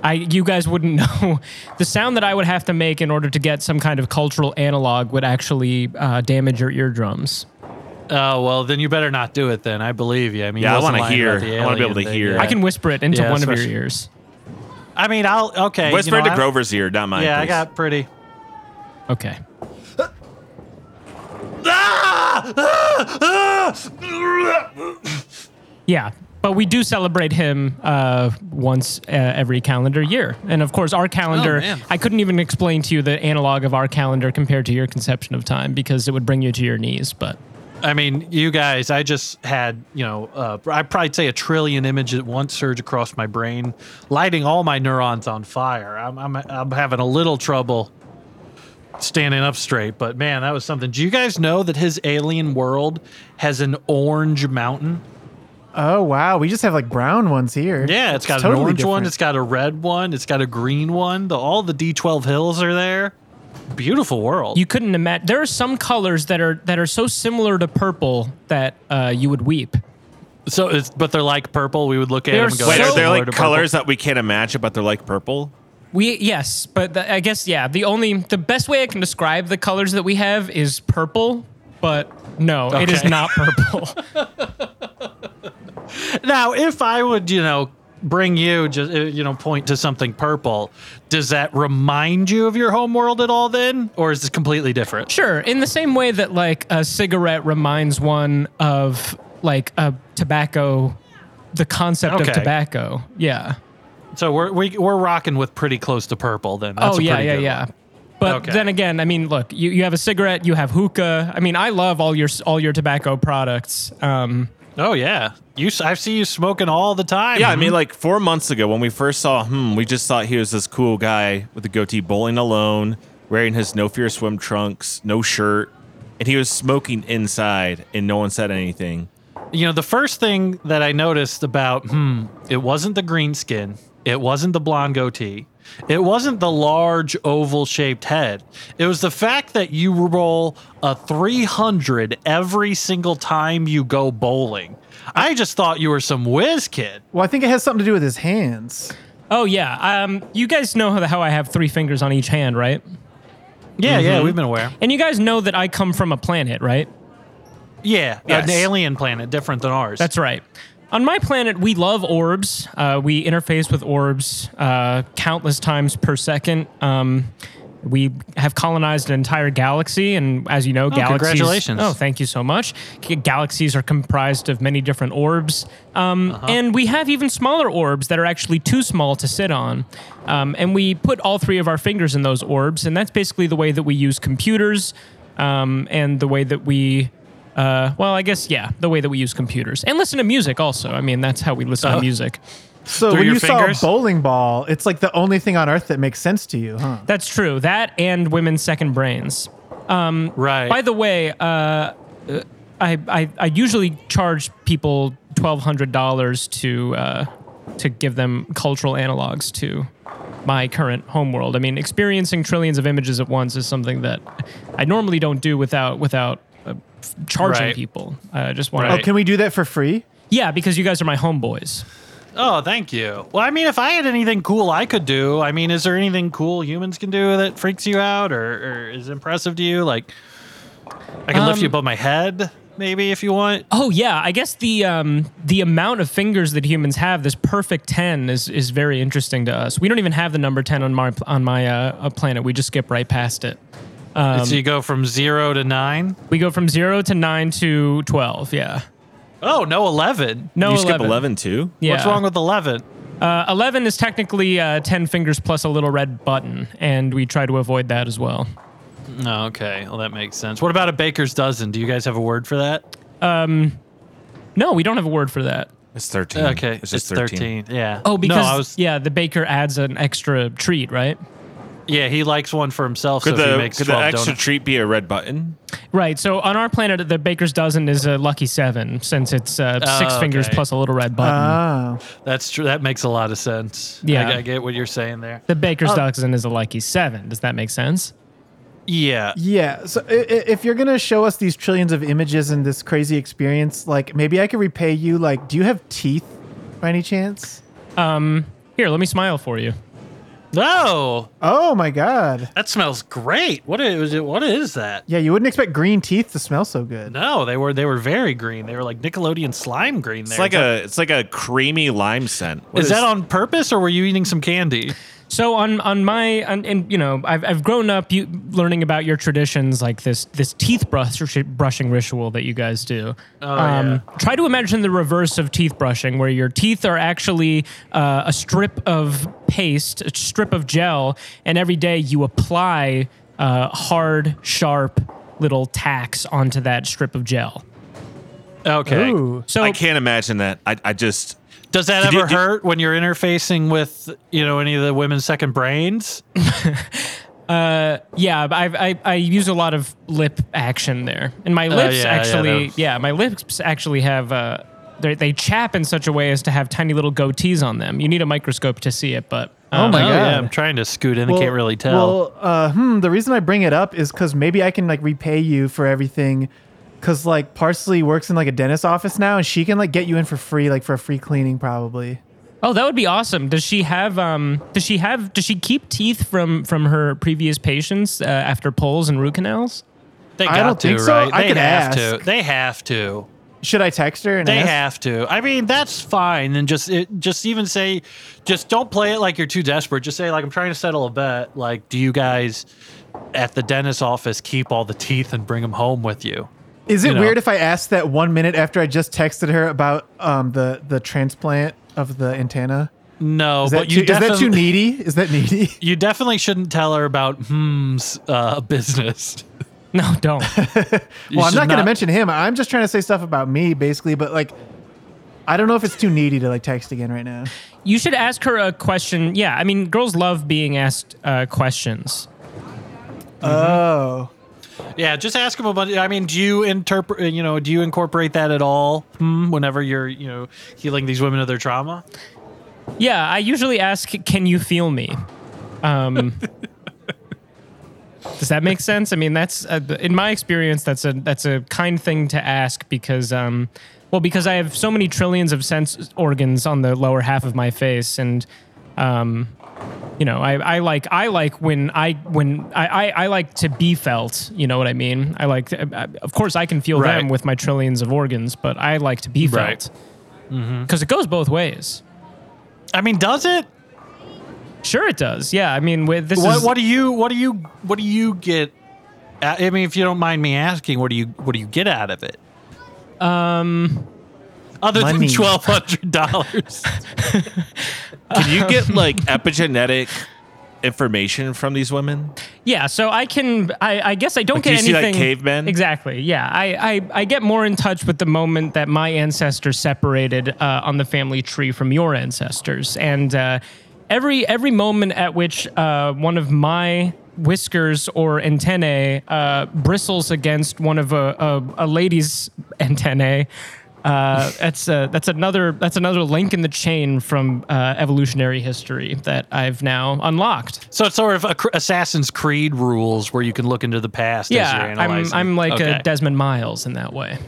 [SPEAKER 3] I you guys wouldn't know the sound that I would have to make in order to get some kind of cultural analog would actually uh, damage your eardrums.
[SPEAKER 4] Oh well, then you better not do it. Then I believe you. I mean,
[SPEAKER 2] Yeah,
[SPEAKER 4] he
[SPEAKER 2] I
[SPEAKER 4] wasn't
[SPEAKER 2] wanna
[SPEAKER 4] lying
[SPEAKER 2] hear.
[SPEAKER 4] about the
[SPEAKER 2] I wanna be able
[SPEAKER 4] alien
[SPEAKER 2] to
[SPEAKER 4] thing,
[SPEAKER 2] hear.
[SPEAKER 4] yeah.
[SPEAKER 3] I can whisper it into
[SPEAKER 4] Yeah,
[SPEAKER 3] one of your
[SPEAKER 4] especially-
[SPEAKER 3] ears.
[SPEAKER 4] I mean, I'll okay.
[SPEAKER 2] Whisper
[SPEAKER 4] you know,
[SPEAKER 2] to
[SPEAKER 4] I'm-
[SPEAKER 2] Grover's ear, not mine.
[SPEAKER 4] Yeah, I
[SPEAKER 2] please.
[SPEAKER 4] got pretty.
[SPEAKER 3] Okay. Yeah, but we do celebrate him uh, once uh, every calendar year, and of course, our calendar.
[SPEAKER 4] Oh, man.
[SPEAKER 3] I couldn't even explain to you the analog of our calendar compared to your conception of time because it would bring you to your knees. But
[SPEAKER 4] I mean, you guys, I just had, you know, uh, I probably say a trillion images at once surge across my brain, lighting all my neurons on fire. I'm, I'm, I'm having a little trouble standing up straight, but man, that was something. Do you guys know that his alien world has an orange mountain?
[SPEAKER 1] Oh wow, we just have like brown ones here.
[SPEAKER 4] Yeah, it's got an
[SPEAKER 1] totally
[SPEAKER 4] orange one,
[SPEAKER 1] different.
[SPEAKER 4] it's got a red one, it's got a green one. The, all the D12 hills are there. Beautiful world.
[SPEAKER 3] you couldn't imagine. There are some colors that are that are so similar to purple that uh, you would weep.
[SPEAKER 4] so, it's, but they're like purple. We would look at
[SPEAKER 3] They're
[SPEAKER 4] them and go,
[SPEAKER 2] Wait,
[SPEAKER 3] So-
[SPEAKER 2] are there
[SPEAKER 4] "Similar
[SPEAKER 2] like
[SPEAKER 4] to purple."
[SPEAKER 2] colors that we can't imagine, but they're like purple?
[SPEAKER 3] We yes, but the, I guess yeah. The only the best way I can describe the colors that we have is purple, but no, it is
[SPEAKER 4] Okay.
[SPEAKER 3] not purple.
[SPEAKER 4] Now, if I would, you know, bring you just uh, you know point to something purple, does that remind you of your home world at all then, or is it completely different?
[SPEAKER 3] Sure. In the same way that like a cigarette reminds one of like a tobacco, the concept
[SPEAKER 4] Okay.
[SPEAKER 3] of tobacco. Yeah.
[SPEAKER 4] So we're we, we're rocking with pretty close to purple then. That's
[SPEAKER 3] oh
[SPEAKER 4] a
[SPEAKER 3] yeah,
[SPEAKER 4] pretty
[SPEAKER 3] yeah,
[SPEAKER 4] good
[SPEAKER 3] yeah.
[SPEAKER 4] one.
[SPEAKER 3] But
[SPEAKER 4] Okay.
[SPEAKER 3] then again, I mean, look, you, you have a cigarette, you have hookah. I mean, I love all your all your tobacco products. Um,
[SPEAKER 4] Oh yeah, you s- I see you smoking all the time.
[SPEAKER 2] Yeah, I mean, like four months ago when we first saw him, we just thought he was this cool guy with a goatee bowling alone, wearing his no fear swim trunks, no shirt, and he was smoking inside, and no one said anything.
[SPEAKER 4] you know the first thing that I noticed about hmm, it wasn't the green skin, it wasn't the blonde goatee, it wasn't the large oval shaped head. It was the fact that you roll a 300 every single time you go bowling. I just thought you were some whiz kid.
[SPEAKER 1] Well, I think it has something to do with his hands.
[SPEAKER 3] oh yeah. Um, you guys know how, how I have three fingers on each hand, right?
[SPEAKER 4] Yeah, yeah, we've been aware.
[SPEAKER 3] And you guys know that I come from a planet, right?
[SPEAKER 4] Yeah,
[SPEAKER 2] Yes.
[SPEAKER 4] an alien planet different than ours.
[SPEAKER 3] That's right. On my planet, we love orbs. Uh, we interface with orbs uh, countless times per second. Um, we have colonized an entire galaxy, and as you know, galaxies.
[SPEAKER 4] congratulations.
[SPEAKER 3] Oh, thank you so much. G- Galaxies are comprised of many different orbs, um, and we have even smaller orbs that are actually too small to sit on. Um, and we put all three of our fingers in those orbs, and that's basically the way that we use computers, um, and the way that we uh, well, I guess yeah, the way that we use computers and listen to music also. I mean, that's how we listen to music.
[SPEAKER 1] So
[SPEAKER 4] Through
[SPEAKER 1] when
[SPEAKER 4] your
[SPEAKER 1] you
[SPEAKER 4] fingers?
[SPEAKER 1] saw a bowling ball, it's like the only thing on earth that makes sense to you, huh?
[SPEAKER 3] That's true. That and women's second brains.
[SPEAKER 4] right.
[SPEAKER 3] By the way, uh, uh, I, I I usually charge people twelve hundred dollars to uh, to give them cultural analogs to my current homeworld. I mean, experiencing trillions of images at once is something that I normally don't do without without. Uh, f- charging
[SPEAKER 4] Right.
[SPEAKER 3] people. I just want
[SPEAKER 1] Oh,
[SPEAKER 4] Right.
[SPEAKER 1] can we do that for free?
[SPEAKER 3] Yeah, because you guys are my homeboys.
[SPEAKER 4] Oh, thank you. Well, I mean, if I had anything cool I could do, I mean, is there anything cool humans can do that freaks you out or, or is impressive to you? Like, I can lift
[SPEAKER 3] Um,
[SPEAKER 4] you above my head. maybe if you want.
[SPEAKER 3] Oh yeah, I guess the um, the amount of fingers that humans have, this perfect ten, is is very interesting to us. We don't even have the number ten on my on my uh, uh, planet. We just skip right past it. um,
[SPEAKER 4] so you go from zero to nine.
[SPEAKER 3] We go from zero to nine to twelve. Yeah.
[SPEAKER 4] Oh no, eleven.
[SPEAKER 3] No,
[SPEAKER 2] you
[SPEAKER 3] 11.
[SPEAKER 2] skip 11 too?
[SPEAKER 3] Oh, Yeah.
[SPEAKER 4] What's wrong with eleven?
[SPEAKER 3] uh, eleven? Is technically uh, ten fingers plus a little red button, and we try to avoid that as well.
[SPEAKER 4] No, Oh, okay. Well, that makes sense. What about a baker's dozen? Do you guys have a word for that?
[SPEAKER 3] No, we don't have a word for that.
[SPEAKER 2] It's 13.
[SPEAKER 4] Okay,
[SPEAKER 2] It's just 13.
[SPEAKER 4] Yeah.
[SPEAKER 3] Mm. Oh, because
[SPEAKER 4] no, I was,
[SPEAKER 3] yeah, the baker adds an extra treat, right?
[SPEAKER 4] yeah, he likes one for himself,
[SPEAKER 2] Could
[SPEAKER 4] so he
[SPEAKER 2] the,
[SPEAKER 4] makes
[SPEAKER 2] could the
[SPEAKER 4] twelve
[SPEAKER 2] extra
[SPEAKER 4] donuts.
[SPEAKER 2] treat be a red button?
[SPEAKER 3] Right. So on our planet, the baker's dozen is a lucky seven, since it's uh, six
[SPEAKER 4] okay.
[SPEAKER 3] fingers plus a little red button.
[SPEAKER 1] Ah,
[SPEAKER 4] That's true. That makes a lot of sense.
[SPEAKER 3] Yeah.
[SPEAKER 4] I, I get what you're saying there.
[SPEAKER 3] the baker's
[SPEAKER 4] Oh.
[SPEAKER 3] dozen is a lucky seven. Does that make sense?
[SPEAKER 4] Yeah.
[SPEAKER 1] yeah. So i- i- if you're gonna show us these trillions of images and this crazy experience, like maybe I could repay you. Like, do you have teeth by any chance?
[SPEAKER 3] Here, let me smile for you.
[SPEAKER 4] No,
[SPEAKER 1] Oh my god.
[SPEAKER 4] that smells great. What is it? What is that?
[SPEAKER 1] Yeah, you wouldn't expect green teeth to smell so good.
[SPEAKER 4] No, they were they were very green. They were like Nickelodeon slime green. There.
[SPEAKER 2] It's like a it's like a creamy lime scent. What
[SPEAKER 4] Is that on purpose, or were you eating some candy?
[SPEAKER 3] So on on my on, and you know I've I've grown up you, learning about your traditions like this this teeth brush, brushing ritual that you guys do. Um,
[SPEAKER 4] Oh, yeah.
[SPEAKER 3] Try to imagine the reverse of teeth brushing, where your teeth are actually uh, a strip of paste, a strip of gel, and every day you apply uh, hard, sharp little tacks onto that strip of gel.
[SPEAKER 4] Okay.
[SPEAKER 1] Ooh.
[SPEAKER 3] So
[SPEAKER 2] I can't imagine that. I, I just
[SPEAKER 4] Does that
[SPEAKER 2] Did
[SPEAKER 4] ever
[SPEAKER 2] you- did-
[SPEAKER 4] hurt when you're interfacing with you know any of the women's second brains?
[SPEAKER 3] Yeah, but I've, I I use a lot of lip action there, and
[SPEAKER 1] Oh,
[SPEAKER 3] my lips
[SPEAKER 4] yeah, yeah,
[SPEAKER 3] actually yeah,
[SPEAKER 4] those.
[SPEAKER 3] my lips actually have uh they they chap in such a way as to have tiny little goatees on them. You need a microscope to see it, but
[SPEAKER 1] Oh
[SPEAKER 3] um,
[SPEAKER 1] my god.
[SPEAKER 4] yeah, I'm trying to scoot in. I can't really tell.
[SPEAKER 1] Well, uh, hmm, the reason I bring it up is because maybe I can like repay you for everything. Cause like Parsley works in like a dentist office now, and she can like get you in for free, like for a free cleaning, probably.
[SPEAKER 3] oh that would be awesome. Does she have um does she have does she keep teeth from from her previous patients uh, after pulls and root canals?
[SPEAKER 4] they got
[SPEAKER 1] I don't
[SPEAKER 4] to,
[SPEAKER 1] think so.
[SPEAKER 4] right?
[SPEAKER 1] I
[SPEAKER 4] they
[SPEAKER 1] could
[SPEAKER 4] have to.
[SPEAKER 1] ask.
[SPEAKER 4] They have to.
[SPEAKER 1] Should I text her? And
[SPEAKER 4] They
[SPEAKER 1] ask?
[SPEAKER 4] have to. I mean, that's fine. And just it, just even say, just don't play it like you're too desperate. Just say like I'm trying to settle a bet. Like, do you guys at the dentist office keep all the teeth and bring them home with you?
[SPEAKER 1] Is it
[SPEAKER 4] you know.
[SPEAKER 1] weird if I ask that one minute after I just texted her about um the the transplant of the antenna?
[SPEAKER 4] No,
[SPEAKER 1] Is that,
[SPEAKER 4] but you
[SPEAKER 1] too, is that
[SPEAKER 4] defi-
[SPEAKER 1] too needy? Is that needy?
[SPEAKER 4] You definitely shouldn't tell her about hm's uh, business.
[SPEAKER 3] No, don't.
[SPEAKER 4] You
[SPEAKER 1] well, I'm
[SPEAKER 4] should
[SPEAKER 1] not, gonna mention him. I'm just trying to say stuff about me, basically. But like, I don't know if it's too needy to like text again right now.
[SPEAKER 3] you should ask her a question. Yeah, I mean girls love being asked uh, questions.
[SPEAKER 4] Hmm?
[SPEAKER 1] Oh.
[SPEAKER 4] Yeah, just ask him a bunch. I mean, do you interpret? You know, do you incorporate that at all? Hmm, whenever you're, you know, healing these women of their trauma.
[SPEAKER 3] Yeah, I usually ask, "Can you feel me?" Um, does that make sense? I mean, that's uh, in my experience, that's a that's a kind thing to ask because, um, well, because I have so many trillions of sense organs on the lower half of my face, and um, you know, I, I like I like when I when I, I I like to be felt. You know what I mean? I like, to, of course, I can feel
[SPEAKER 4] Right.
[SPEAKER 3] them with my trillions of organs, but I like to be
[SPEAKER 4] Right. Mm-hmm.
[SPEAKER 3] felt because it goes both ways.
[SPEAKER 4] I mean, does it?
[SPEAKER 3] Sure, it does. Yeah, I mean, with this
[SPEAKER 4] What
[SPEAKER 3] is
[SPEAKER 4] What do you? What do you? What do you get? I mean, if you don't mind me asking, what do you? What do you get out of it? Um, other
[SPEAKER 1] Money.
[SPEAKER 4] than twelve hundred dollars.
[SPEAKER 2] Can you get like epigenetic information from these women?
[SPEAKER 3] yeah. So I can, I, I guess I don't
[SPEAKER 2] Like,
[SPEAKER 3] get
[SPEAKER 2] you see, like,
[SPEAKER 3] anything.
[SPEAKER 2] cavemen?
[SPEAKER 3] Exactly. Yeah, I, I, I get more in touch with the moment that my ancestors separated uh, on the family tree from your ancestors, and uh, every every moment at which uh, one of my whiskers or antennae uh, bristles against one of a, a, a lady's antennae. Uh, that's uh, that's another that's another link in the chain from uh, evolutionary history that I've now unlocked.
[SPEAKER 4] so it's sort of a, Assassin's Creed rules, where you can look into the past. as you're
[SPEAKER 3] Yeah, I'm
[SPEAKER 4] analyzing.
[SPEAKER 3] I'm like
[SPEAKER 4] Okay.
[SPEAKER 3] a Desmond Miles in that way.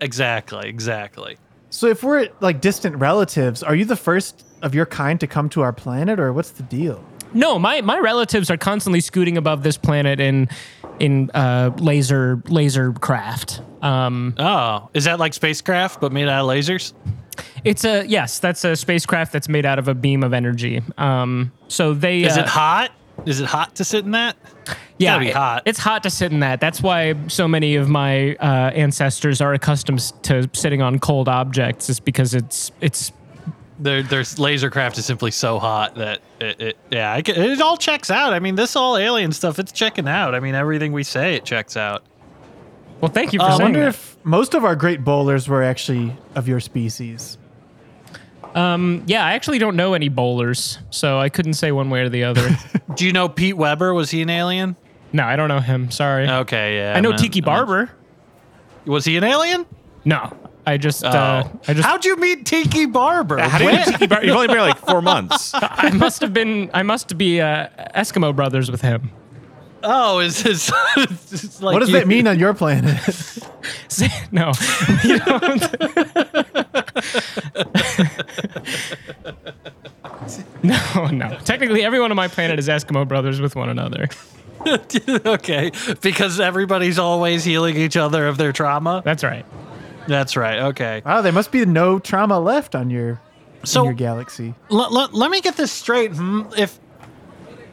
[SPEAKER 4] exactly, exactly.
[SPEAKER 1] So if we're like distant relatives, are you the first of your kind to come to our planet, or what's the deal?
[SPEAKER 3] No, my my relatives are constantly scooting above this planet in in uh, laser laser craft. Um,
[SPEAKER 4] Oh, is that like spacecraft but made out of lasers?
[SPEAKER 3] it's a yes, that's a spacecraft that's made out of a beam of energy. Um, so they
[SPEAKER 4] Is
[SPEAKER 3] uh,
[SPEAKER 4] it hot? Is it hot to sit in that?
[SPEAKER 3] Yeah,
[SPEAKER 4] gotta be
[SPEAKER 3] it-
[SPEAKER 4] hot.
[SPEAKER 3] It's hot to sit in that. That's why so many of my uh, ancestors are accustomed s- to sitting on cold objects, is because it's it's
[SPEAKER 4] Their their laser craft is simply so hot that it, it yeah I ca- it all checks out. I mean, this all alien stuff it's checking out. I mean, everything we say it checks out.
[SPEAKER 3] well. Thank you
[SPEAKER 4] Uh,
[SPEAKER 3] for
[SPEAKER 1] I
[SPEAKER 3] saying
[SPEAKER 1] wonder
[SPEAKER 3] that.
[SPEAKER 1] if most of our great bowlers were actually of your species.
[SPEAKER 3] yeah, I actually don't know any bowlers, so I couldn't say one way or the other.
[SPEAKER 4] Do you know Pete Weber? Was he an alien?
[SPEAKER 3] no, I don't know him. Sorry.
[SPEAKER 4] Okay, yeah.
[SPEAKER 3] I know
[SPEAKER 4] meant-
[SPEAKER 3] Tiki
[SPEAKER 4] I meant-
[SPEAKER 3] Barber.
[SPEAKER 4] Was he an alien?
[SPEAKER 3] No, I just uh,
[SPEAKER 4] Oh.
[SPEAKER 3] I just
[SPEAKER 4] How'd you meet Tiki Barber?
[SPEAKER 2] How do you get Tiki Bar- You've only been here like four months.
[SPEAKER 3] I must have been I must be uh, Eskimo brothers with him.
[SPEAKER 4] oh, is this? it's just like
[SPEAKER 1] What does
[SPEAKER 4] you-
[SPEAKER 1] that mean on your planet?
[SPEAKER 3] no, You don't. no, no. Technically, everyone on my planet is Eskimo brothers with one another.
[SPEAKER 4] okay, because everybody's always healing each other of their trauma.
[SPEAKER 3] That's right.
[SPEAKER 4] That's right. Okay.
[SPEAKER 1] wow, Ah, there must be no trauma left on your
[SPEAKER 4] So-
[SPEAKER 1] in your galaxy.
[SPEAKER 4] Let, let, let me get this straight. Hmm, If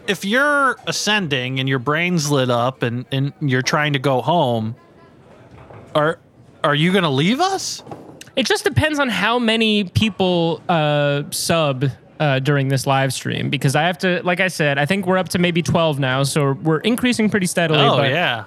[SPEAKER 4] if you're ascending and your brain's lit up and, and you're trying to go home, are are you gonna leave us?
[SPEAKER 3] It just depends on how many people uh, sub uh, during this live stream because I have to, like I said, I think we're up to maybe twelve now, so we're increasing pretty steadily.
[SPEAKER 4] Oh
[SPEAKER 3] but
[SPEAKER 4] yeah.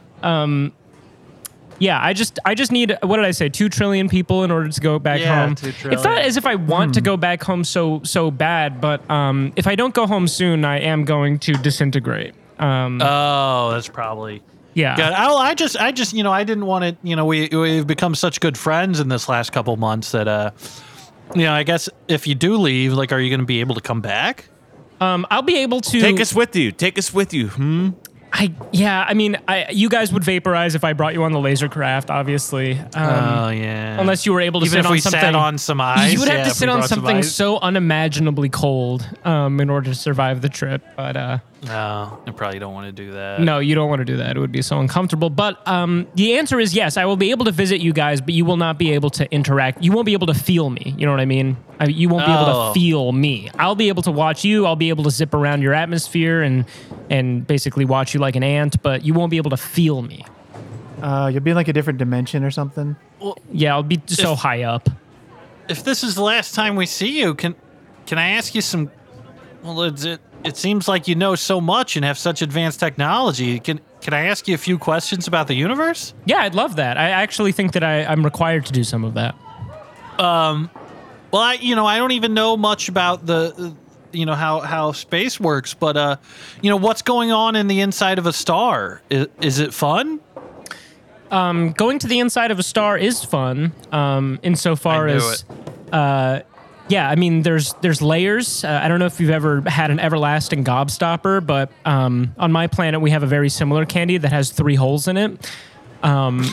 [SPEAKER 3] yeah i just i just need what did i say 2 trillion people in order to go back
[SPEAKER 4] Yeah,
[SPEAKER 3] home
[SPEAKER 4] 2
[SPEAKER 3] it's not
[SPEAKER 4] trillion.
[SPEAKER 3] as if i want to go back home so so bad but um if i don't go home soon i am going to disintegrate um
[SPEAKER 4] Oh, that's probably.
[SPEAKER 3] yeah
[SPEAKER 4] Yeah, I, well, I just, I just, you know, I didn't want to, you know, we we've become such good friends in this last couple months that, uh, you know, I guess if you do leave, like, are you going to be able to come back?
[SPEAKER 3] um i'll be able to
[SPEAKER 2] Take us with you. Take us with you. Hmm.
[SPEAKER 3] i yeah i mean i you guys would vaporize if i brought you on the laser craft obviously um
[SPEAKER 4] Oh yeah.
[SPEAKER 3] unless you were able to
[SPEAKER 4] even
[SPEAKER 3] sit
[SPEAKER 4] if
[SPEAKER 3] on
[SPEAKER 4] we
[SPEAKER 3] something
[SPEAKER 4] sat on some ice,
[SPEAKER 3] you would have
[SPEAKER 4] yeah,
[SPEAKER 3] to
[SPEAKER 4] if we
[SPEAKER 3] sit on
[SPEAKER 4] brought some
[SPEAKER 3] something
[SPEAKER 4] ice.
[SPEAKER 3] so unimaginably cold um in order to survive the trip but uh
[SPEAKER 4] No, I probably don't want to do that.
[SPEAKER 3] No, you don't want to do that. It would be so uncomfortable. But um, the answer is yes. I will be able to visit you guys, but you will not be able to interact. You won't be able to feel me. You know what I mean? I, you won't be able to
[SPEAKER 4] Oh.
[SPEAKER 3] feel me. I'll be able to watch you. I'll be able to zip around your atmosphere and and basically watch you like an ant. But you won't be able to feel me.
[SPEAKER 1] Uh, you'll be in like a different dimension or something.
[SPEAKER 3] Yeah, I'll be so
[SPEAKER 4] If-
[SPEAKER 3] high up.
[SPEAKER 4] If this is the last time we see you, can can I ask you some? Well, it's, it it seems like you know so much and have such advanced technology. Can can I ask you a few questions about the universe?
[SPEAKER 3] Yeah, I'd love that. I actually think that I, I'm required to do some of that.
[SPEAKER 4] Well, I, you know, I don't even know much about the, uh, you know, how how space works, but uh, you know, what's going on in the inside of a star? Is, is it fun?
[SPEAKER 3] going to the inside of a star is fun um, insofar
[SPEAKER 4] I knew
[SPEAKER 3] as uh, yeah i mean there's there's layers uh, i don't know if you've ever had an everlasting gobstopper but um, on my planet we have a very similar candy that has three holes in it
[SPEAKER 4] Do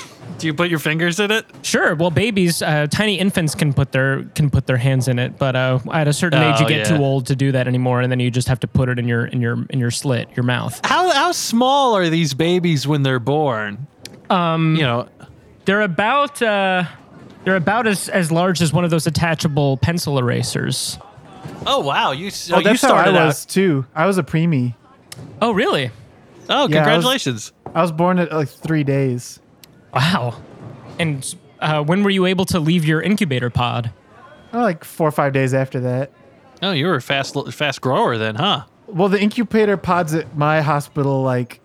[SPEAKER 4] you put your fingers in it?
[SPEAKER 3] sure well babies uh, tiny infants can put their can put their hands in it but uh, at a certain age you
[SPEAKER 4] Oh,
[SPEAKER 3] get
[SPEAKER 4] yeah.
[SPEAKER 3] too old to do that anymore and then you just have to put it in your in your in your slit your mouth
[SPEAKER 4] How how small are these babies when they're born? Um, you know,
[SPEAKER 3] They're about uh, they're about as, as large as one of those attachable pencil erasers.
[SPEAKER 4] oh wow, you s-
[SPEAKER 1] Oh,
[SPEAKER 4] you
[SPEAKER 1] that's how I
[SPEAKER 4] started
[SPEAKER 1] was too. I was a preemie.
[SPEAKER 3] Oh, really?
[SPEAKER 4] out. Oh,
[SPEAKER 1] Yeah, I was-
[SPEAKER 4] congratulations.
[SPEAKER 1] I was born at like three days.
[SPEAKER 3] Wow. And uh, when were you able to leave your incubator pod?
[SPEAKER 1] Oh, like four or five days after that.
[SPEAKER 4] Oh, you were a fast fast grower then, huh?
[SPEAKER 1] Well, the incubator pods at my hospital, like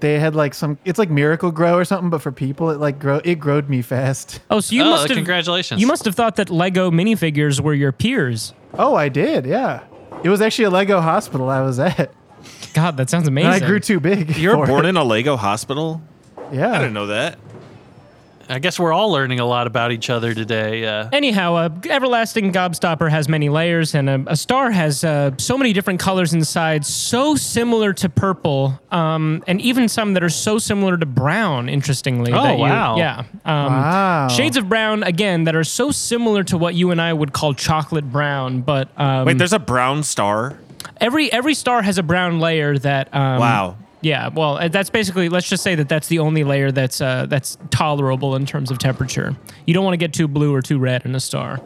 [SPEAKER 1] they had like some. It's like Miracle Grow or something, but for people, it like grow. It growed me fast.
[SPEAKER 3] Oh, so you
[SPEAKER 4] oh,
[SPEAKER 3] must have
[SPEAKER 4] congratulations.
[SPEAKER 3] you must have thought that Lego minifigures were your peers.
[SPEAKER 1] Oh, I did. Yeah, it was actually a Lego hospital I was at,
[SPEAKER 3] God, that sounds amazing.
[SPEAKER 1] and I grew too big.
[SPEAKER 2] You
[SPEAKER 1] for
[SPEAKER 2] were born
[SPEAKER 1] it.
[SPEAKER 2] in a Lego hospital?
[SPEAKER 1] Yeah,
[SPEAKER 2] I didn't know that.
[SPEAKER 4] I guess we're all learning a lot about each other today. Uh,
[SPEAKER 3] Anyhow, a everlasting gobstopper has many layers, and a, a star has uh, so many different colors inside, so similar to purple, um, and even some that are so similar to brown. Interestingly,
[SPEAKER 4] Oh,
[SPEAKER 3] that you-
[SPEAKER 4] wow.
[SPEAKER 3] yeah, um,
[SPEAKER 1] Wow.
[SPEAKER 3] shades of brown again that are so similar to what you and I would call chocolate brown, but um,
[SPEAKER 4] Mm.
[SPEAKER 2] Wait, there's a brown star.
[SPEAKER 3] Every every star has a brown layer that um,
[SPEAKER 2] Wow.
[SPEAKER 3] Yeah, well, uh, that's basically. Let's just say that that's the only layer that's uh, that's tolerable in terms of temperature. You don't want to get too blue or too red in a star.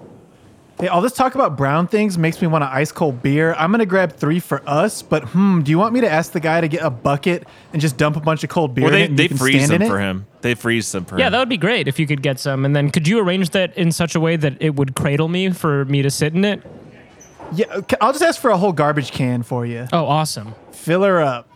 [SPEAKER 1] Hey, all this talk about brown things makes me want an ice cold beer. I'm gonna grab three for us, but hmm, do you want me to ask the guy to get a bucket and just dump a bunch of cold beer?
[SPEAKER 2] Well,
[SPEAKER 1] in
[SPEAKER 2] they,
[SPEAKER 1] it and
[SPEAKER 2] they
[SPEAKER 1] you can
[SPEAKER 2] freeze
[SPEAKER 1] stand
[SPEAKER 2] them
[SPEAKER 1] in
[SPEAKER 2] for
[SPEAKER 1] it?
[SPEAKER 2] him. They freeze them for
[SPEAKER 3] Yeah,
[SPEAKER 2] him.
[SPEAKER 3] that would be great if you could get some. And then could you arrange that in such a way that it would cradle me for me to sit in it?
[SPEAKER 1] Yeah, okay, I'll just ask for a whole garbage can for you.
[SPEAKER 3] Oh, awesome.
[SPEAKER 1] Fill her up.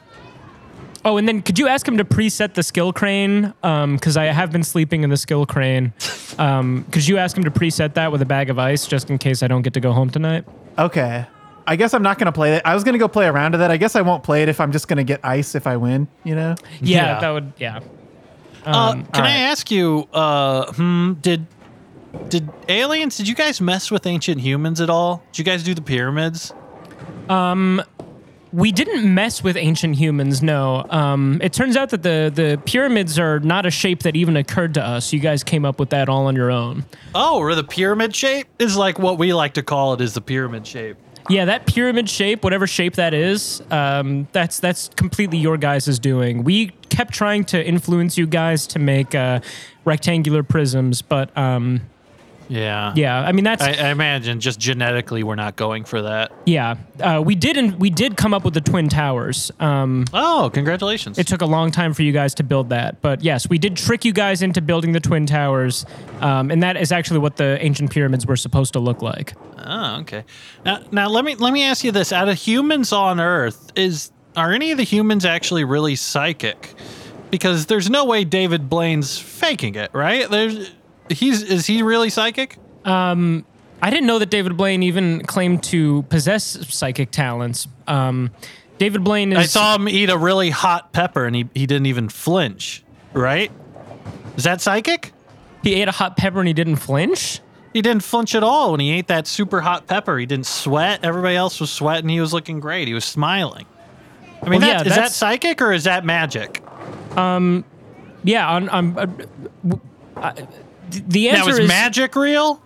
[SPEAKER 3] Oh, and then could you ask him to preset the skill crane? Because I have been sleeping in the skill crane. Um, could you ask him to preset that with a bag of ice just in case I don't get to go home tonight?
[SPEAKER 1] Okay. I guess I'm not gonna play it. I was gonna go play around to that. I guess I won't play it if I'm just gonna get ice if I win. You know?
[SPEAKER 3] Yeah,
[SPEAKER 4] Yeah.
[SPEAKER 3] that would. Yeah.
[SPEAKER 4] Uh,
[SPEAKER 3] Um,
[SPEAKER 4] can
[SPEAKER 3] all
[SPEAKER 4] I
[SPEAKER 3] right.
[SPEAKER 4] ask you? Uh, hmm, did did aliens? Did you guys mess with ancient humans at all? Did you guys do the pyramids?
[SPEAKER 3] We didn't mess with ancient humans. No. Um, it turns out that the the pyramids are not a shape that even occurred to us. You guys came up with that all on your own.
[SPEAKER 4] Oh, or the pyramid shape is like what we like to call it is the pyramid shape.
[SPEAKER 3] Yeah, that pyramid shape, whatever shape that is, um, that's that's completely your guys' doing. We kept trying to influence you guys to make uh, rectangular prisms, but um,
[SPEAKER 4] Yeah.
[SPEAKER 3] yeah, I mean that's
[SPEAKER 4] I, I imagine just genetically we're not going for that.
[SPEAKER 3] yeah. Uh, we did in, we did come up with the twin towers. Um,
[SPEAKER 4] Oh, congratulations.
[SPEAKER 3] it took a long time for you guys to build that, but yes, we did trick you guys into building the twin towers, um, and that is actually what the ancient pyramids were supposed to look like.
[SPEAKER 4] Oh, okay. Now, now let me let me ask you this: Out of humans on Earth, is are any of the humans actually really psychic? Because there's no way David Blaine's faking it, right? There's he's is he really psychic?
[SPEAKER 3] I didn't know that David Blaine even claimed to possess psychic talents. Um, David Blaine is.
[SPEAKER 4] I saw him eat a really hot pepper and he, he didn't even flinch, right? Is that psychic?
[SPEAKER 3] He ate a hot pepper and he didn't flinch.
[SPEAKER 4] He didn't flinch at all when he ate that super hot pepper. He didn't sweat. Everybody else was sweating. He was looking great. He was smiling. I mean,
[SPEAKER 3] Well,
[SPEAKER 4] that,
[SPEAKER 3] yeah,
[SPEAKER 4] is that
[SPEAKER 3] that's-
[SPEAKER 4] psychic or is that magic?
[SPEAKER 3] Yeah, on, on, uh, w- I- th- the
[SPEAKER 4] Now,
[SPEAKER 3] answer
[SPEAKER 4] is
[SPEAKER 3] is
[SPEAKER 4] magic real?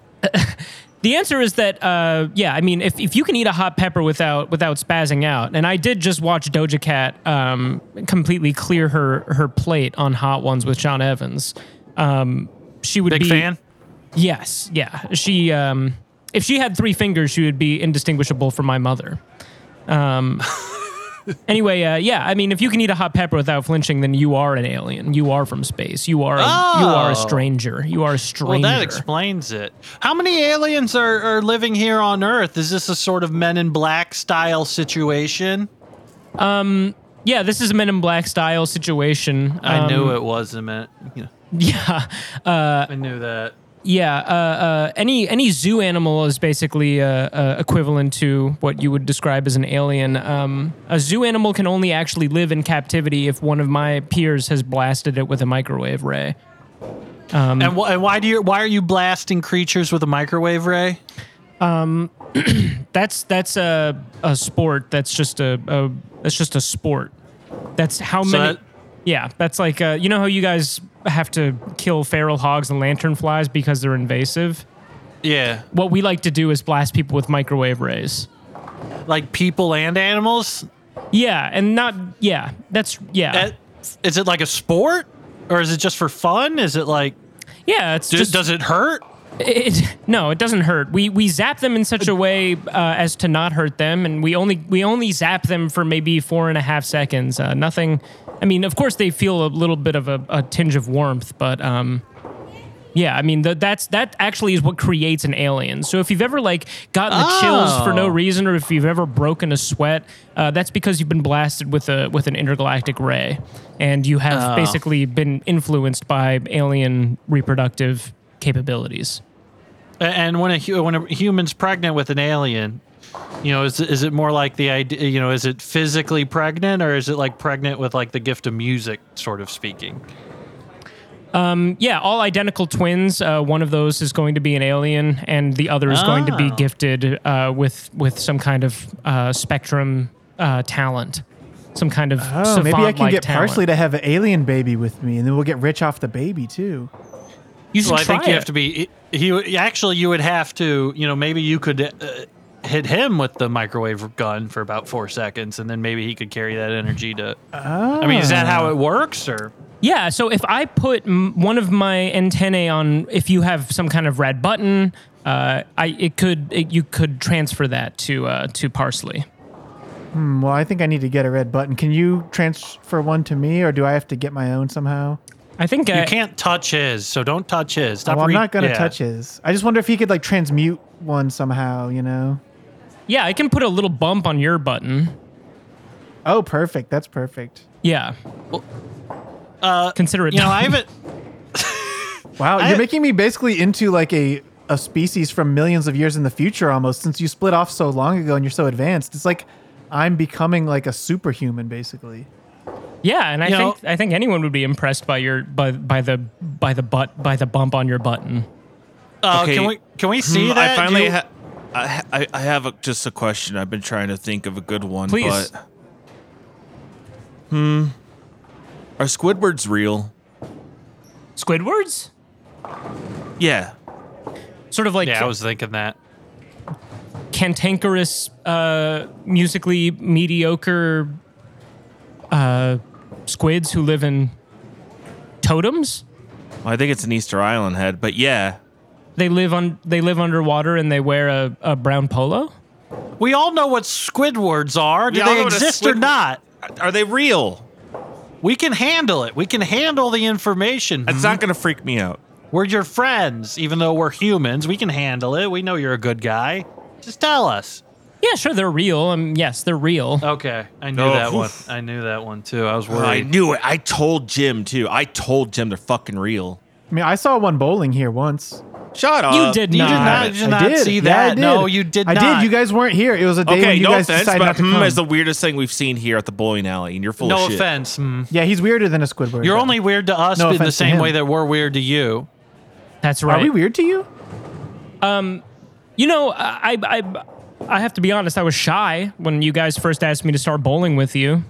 [SPEAKER 3] the answer is that uh, yeah. I mean, if, if you can eat a hot pepper without without spazzing out, and I did just watch Doja Cat um, completely clear her her plate on Hot Ones with John Evans. Um, she would
[SPEAKER 4] Big
[SPEAKER 3] be
[SPEAKER 4] fan?
[SPEAKER 3] Yes, yeah. She um, if she had three fingers, she would be indistinguishable from my mother. Um, anyway, uh, yeah. I mean, if you can eat a hot pepper without flinching, then you are an alien. You are from space. You are a, you are
[SPEAKER 4] Oh.
[SPEAKER 3] a stranger. You are a
[SPEAKER 4] Well,
[SPEAKER 3] stranger.
[SPEAKER 4] that explains it. How many aliens are, are living here on Earth? Is this a sort of Men in Black style situation?
[SPEAKER 3] yeah, this is a Men in Black style situation.
[SPEAKER 4] I
[SPEAKER 3] Um,
[SPEAKER 4] knew it wasn't. meant- you know,
[SPEAKER 3] Yeah,
[SPEAKER 4] I knew that.
[SPEAKER 3] yeah. Uh, uh, any any zoo animal is basically uh, uh, equivalent to what you would describe as an alien. Um, a zoo animal can only actually live in captivity if one of my peers has blasted it with a microwave ray. um,
[SPEAKER 4] and, wh- and why do you? Why are you blasting creatures with a microwave ray?
[SPEAKER 3] That's that's a a sport. That's just a, a that's just a sport. That's how
[SPEAKER 4] So
[SPEAKER 3] many.
[SPEAKER 4] that-
[SPEAKER 3] yeah, that's like uh, you know how you guys have to kill feral hogs and lanternflies because they're invasive.
[SPEAKER 4] Yeah,
[SPEAKER 3] What we like to do is blast people with microwave rays.
[SPEAKER 4] like people and animals.
[SPEAKER 3] Yeah, and not yeah. That's yeah.
[SPEAKER 4] That- Is it like a sport, or is it just for fun? Is it like?
[SPEAKER 3] yeah, it's
[SPEAKER 4] d-
[SPEAKER 3] just
[SPEAKER 4] does it hurt?
[SPEAKER 3] It, it- no, it doesn't hurt. We we zap them in such a way uh, as to not hurt them, and we only we only zap them for maybe four and a half seconds. Uh, nothing. I mean, of course, they feel a little bit of a, a tinge of warmth, but um, yeah, I mean th- that's that actually is what creates an alien. So if you've ever like gotten the chills for no
[SPEAKER 4] Oh.
[SPEAKER 3] reason, or if you've ever broken a sweat, uh, that's because you've been blasted with a with an intergalactic ray, and you have
[SPEAKER 4] Oh.
[SPEAKER 3] basically been influenced by alien reproductive capabilities.
[SPEAKER 4] A- And when a hu- when a human's pregnant with an alien, you know, is is it more like the idea? You know, is it physically pregnant, or is it like pregnant with like the gift of music, sort of speaking?
[SPEAKER 3] Yeah, all identical twins. Uh, one of those is going to be an alien, and the other is going to be
[SPEAKER 4] Oh.
[SPEAKER 3] gifted uh, with with some kind of uh, spectrum uh, talent, some kind of
[SPEAKER 1] Oh, maybe I can
[SPEAKER 3] savant-like
[SPEAKER 1] get
[SPEAKER 3] talent.
[SPEAKER 1] Parsley to have an alien baby with me, and then we'll get rich off the baby too.
[SPEAKER 3] You should
[SPEAKER 4] Well, I
[SPEAKER 3] try
[SPEAKER 4] think you
[SPEAKER 3] it.
[SPEAKER 4] have to be. He, he actually, you would have to. You know, maybe you could uh, hit him with the microwave gun for about four seconds, and then maybe he could carry that energy to. I mean, is that how it works? Or
[SPEAKER 3] Yeah, so if I put m- one of my antennae on, if you have some kind of red button, uh, I it could it, you could transfer that to uh, to Parsley.
[SPEAKER 1] Hmm, Well, I think I need to get a red button. Can you transfer one to me, or do I have to get my own somehow?
[SPEAKER 3] I think uh, I,
[SPEAKER 4] you can't touch his, so don't touch his. Stop
[SPEAKER 1] Well, Ah. Oh, I'm
[SPEAKER 4] re-
[SPEAKER 1] not gonna
[SPEAKER 4] yeah.
[SPEAKER 1] touch his. I just wonder if he could like transmute one somehow. You know?
[SPEAKER 3] Yeah, I can put a little bump on your button.
[SPEAKER 1] Oh, perfect. That's perfect.
[SPEAKER 3] Yeah.
[SPEAKER 4] Uh,
[SPEAKER 3] Consider it.
[SPEAKER 4] you know,
[SPEAKER 3] done.
[SPEAKER 4] I haven't.
[SPEAKER 1] Wow,
[SPEAKER 4] I-
[SPEAKER 1] you're making me basically into like a a species from millions of years in the future almost. Since you split off so long ago and you're so advanced, it's like I'm becoming like a superhuman basically.
[SPEAKER 3] Yeah, and I
[SPEAKER 4] You know-
[SPEAKER 3] think I think anyone would be impressed by your by by the by the butt by the bump on your button.
[SPEAKER 4] Uh,
[SPEAKER 2] Okay.
[SPEAKER 4] Can we can we see
[SPEAKER 2] Hmm,
[SPEAKER 4] that?
[SPEAKER 2] I
[SPEAKER 4] Do
[SPEAKER 2] finally
[SPEAKER 4] you-
[SPEAKER 2] ha- I, ha- I I have a, just a question. I've been trying to think of a good one.
[SPEAKER 3] Please.
[SPEAKER 2] But, hmm. Are Squidwards real?
[SPEAKER 3] Squidwards?
[SPEAKER 2] Yeah.
[SPEAKER 3] Sort of like
[SPEAKER 4] yeah, I was thinking that.
[SPEAKER 3] cantankerous, uh, musically mediocre uh, squids who live in totems.
[SPEAKER 2] Well, I think it's an Easter Island head, but yeah.
[SPEAKER 3] They live on they live underwater and they wear a, a brown polo.
[SPEAKER 4] We all know what Squidwards are. Do
[SPEAKER 2] We all
[SPEAKER 4] they
[SPEAKER 2] know what a
[SPEAKER 4] exist or
[SPEAKER 2] squid-
[SPEAKER 4] not?
[SPEAKER 2] Are they real?
[SPEAKER 4] We can handle it. We can handle the information.
[SPEAKER 2] It's not going to freak me out.
[SPEAKER 4] We're your friends, even though we're humans. We can handle it. We know you're a good guy. Just tell us.
[SPEAKER 3] Yeah, sure, they're real. Um, yes, they're real.
[SPEAKER 4] Okay, I knew
[SPEAKER 2] Oh,
[SPEAKER 4] that one.
[SPEAKER 2] oof.
[SPEAKER 4] I knew that one too. I was
[SPEAKER 2] I
[SPEAKER 4] worried.
[SPEAKER 2] knew it. I told Jim too. I told Jim they're fucking real.
[SPEAKER 1] I mean, I saw one bowling here once.
[SPEAKER 2] Shut up.
[SPEAKER 3] did
[SPEAKER 4] you did
[SPEAKER 3] Nah,
[SPEAKER 4] not, you did
[SPEAKER 1] I
[SPEAKER 4] not
[SPEAKER 1] did.
[SPEAKER 4] see
[SPEAKER 1] Yeah,
[SPEAKER 4] that.
[SPEAKER 1] I did.
[SPEAKER 4] No, you did
[SPEAKER 1] I
[SPEAKER 4] not.
[SPEAKER 1] did. You guys weren't here. It was a day when
[SPEAKER 2] Okay,
[SPEAKER 1] you
[SPEAKER 2] no
[SPEAKER 1] guys
[SPEAKER 2] offense,
[SPEAKER 1] decided not
[SPEAKER 2] but
[SPEAKER 4] mm,
[SPEAKER 1] to
[SPEAKER 2] hmm
[SPEAKER 1] come.
[SPEAKER 2] is the weirdest thing we've seen here at the bowling alley, and you're full
[SPEAKER 4] no
[SPEAKER 2] of shit.
[SPEAKER 4] offense. mm.
[SPEAKER 1] yeah, he's weirder than a Squidward.
[SPEAKER 4] You're
[SPEAKER 1] though.
[SPEAKER 4] only weird to us
[SPEAKER 1] No
[SPEAKER 4] in the
[SPEAKER 1] offense to
[SPEAKER 4] same
[SPEAKER 1] him.
[SPEAKER 4] way that we're weird to you.
[SPEAKER 3] That's
[SPEAKER 1] Are
[SPEAKER 3] right.
[SPEAKER 1] we weird to you?
[SPEAKER 3] You know, I, I I have to be honest. I was shy when you guys first asked me to start bowling with you,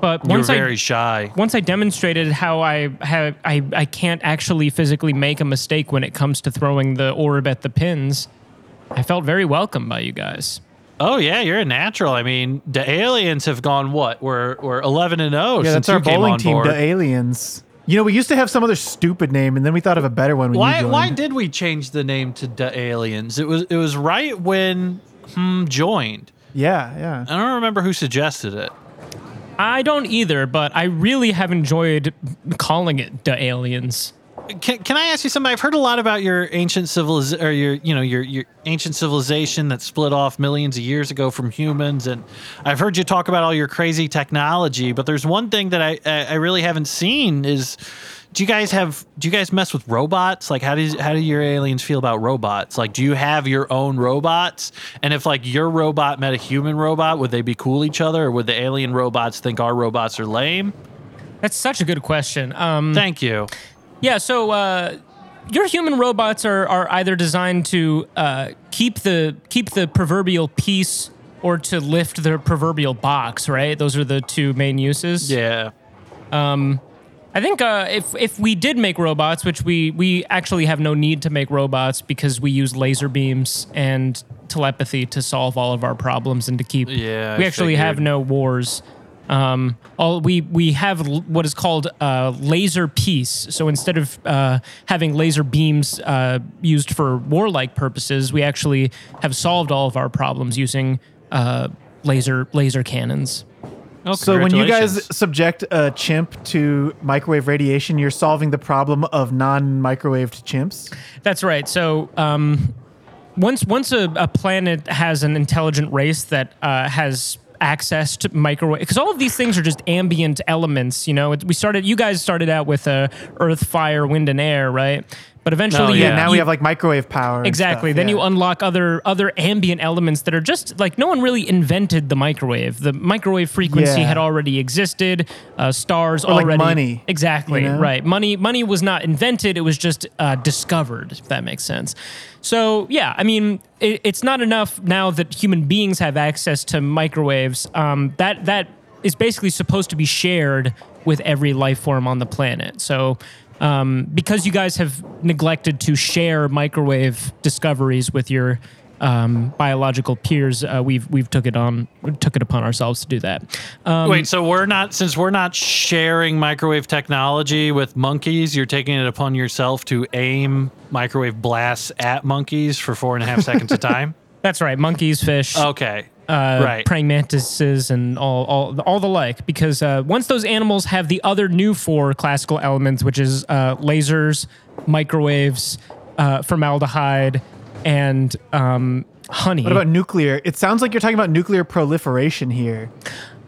[SPEAKER 3] but
[SPEAKER 4] You're
[SPEAKER 3] once I
[SPEAKER 4] very shy.
[SPEAKER 3] once I demonstrated how I have I, I can't actually physically make a mistake when it comes to throwing the orb at the pins, I felt very welcome by you guys.
[SPEAKER 4] Oh yeah, you're a natural. I mean, the aliens have gone what? We're we're 11 and 0
[SPEAKER 1] Yeah,
[SPEAKER 4] since
[SPEAKER 1] that's our
[SPEAKER 4] you came
[SPEAKER 1] bowling
[SPEAKER 4] on
[SPEAKER 1] team,
[SPEAKER 4] board.
[SPEAKER 1] the Aliens. You know, we used to have some other stupid name, and then we thought of a better one. When You
[SPEAKER 4] Why
[SPEAKER 1] joined.
[SPEAKER 4] why did we change the name to the aliens? It was it was right when hmm joined.
[SPEAKER 1] Yeah, yeah.
[SPEAKER 4] I don't remember who suggested it.
[SPEAKER 3] I don't either, but I really have enjoyed calling it the aliens.
[SPEAKER 4] Can, can I ask you something? I've heard a lot about your ancient civilization, or your you know your your ancient civilization that split off millions of years ago from humans, and I've heard you talk about all your crazy technology. But there's one thing that I I, I really haven't seen is. Do you guys have? Do you guys mess with robots? Like, how does how do your aliens feel about robots? Like, do you have your own robots? And if like your robot met a human robot, would they be cool each other, or would the alien robots think our robots are lame?
[SPEAKER 3] That's such a good question.
[SPEAKER 1] Hmm.
[SPEAKER 3] Um,
[SPEAKER 4] Thank you.
[SPEAKER 3] Yeah, so uh, your human robots are, are either designed to uh, keep the keep the proverbial peace or to lift the proverbial box, right? Those are the two main uses.
[SPEAKER 4] Yeah.
[SPEAKER 3] I think uh, if if we did make robots, which we we actually have no need to make robots because we use laser beams and telepathy to solve all of our problems and to keep.
[SPEAKER 4] Yeah, I
[SPEAKER 3] we actually have
[SPEAKER 4] figured.
[SPEAKER 3] no wars. Um, all we we have l- what is called uh, laser peace. So instead of uh, having laser beams uh, used for warlike purposes, we actually have solved all of our problems using uh, laser laser cannons.
[SPEAKER 4] Oh,
[SPEAKER 1] So when you guys
[SPEAKER 4] congratulations.
[SPEAKER 1] subject a chimp to microwave radiation, you're solving the problem of non-microwaved chimps.
[SPEAKER 3] That's right. So um, once once a, a planet has an intelligent race that uh, has access to microwave, because all of these things are just ambient elements. You know, it, we started. You guys started out with uh, earth, fire, wind, and air, right? But eventually,
[SPEAKER 4] Oh,
[SPEAKER 1] Yeah,
[SPEAKER 4] Yeah.
[SPEAKER 1] now
[SPEAKER 3] you,
[SPEAKER 1] we have like microwave power. and
[SPEAKER 3] Exactly.
[SPEAKER 1] stuff,
[SPEAKER 3] then
[SPEAKER 1] yeah.
[SPEAKER 3] you unlock other other ambient elements that are just like no one really invented the microwave. The microwave frequency
[SPEAKER 1] Yeah.
[SPEAKER 3] had already existed. Uh, stars
[SPEAKER 1] like
[SPEAKER 3] already
[SPEAKER 1] money,
[SPEAKER 3] Exactly.
[SPEAKER 1] you know?
[SPEAKER 3] Right. Money money was not invented. It was just uh, discovered. If that makes sense. So yeah, I mean, it, it's not enough now that human beings have access to microwaves. Um, that that is basically supposed to be shared with every life form on the planet. So um, because you guys have neglected to share microwave discoveries with your um, biological peers, uh, we've we've took it on took it upon ourselves to do that. Um,
[SPEAKER 4] Wait, so we're not since we're not sharing microwave technology with monkeys, you're taking it upon yourself to aim microwave blasts at monkeys for four and a half seconds a time.
[SPEAKER 3] that's right, monkeys, fish,
[SPEAKER 4] Okay,
[SPEAKER 3] uh,
[SPEAKER 4] right.
[SPEAKER 3] praying mantises, and all all all the like. Because uh, once those animals have the other new four classical elements, which is uh, lasers, microwaves, uh, formaldehyde, and um, honey.
[SPEAKER 1] What about nuclear? It sounds like you're talking about nuclear proliferation here.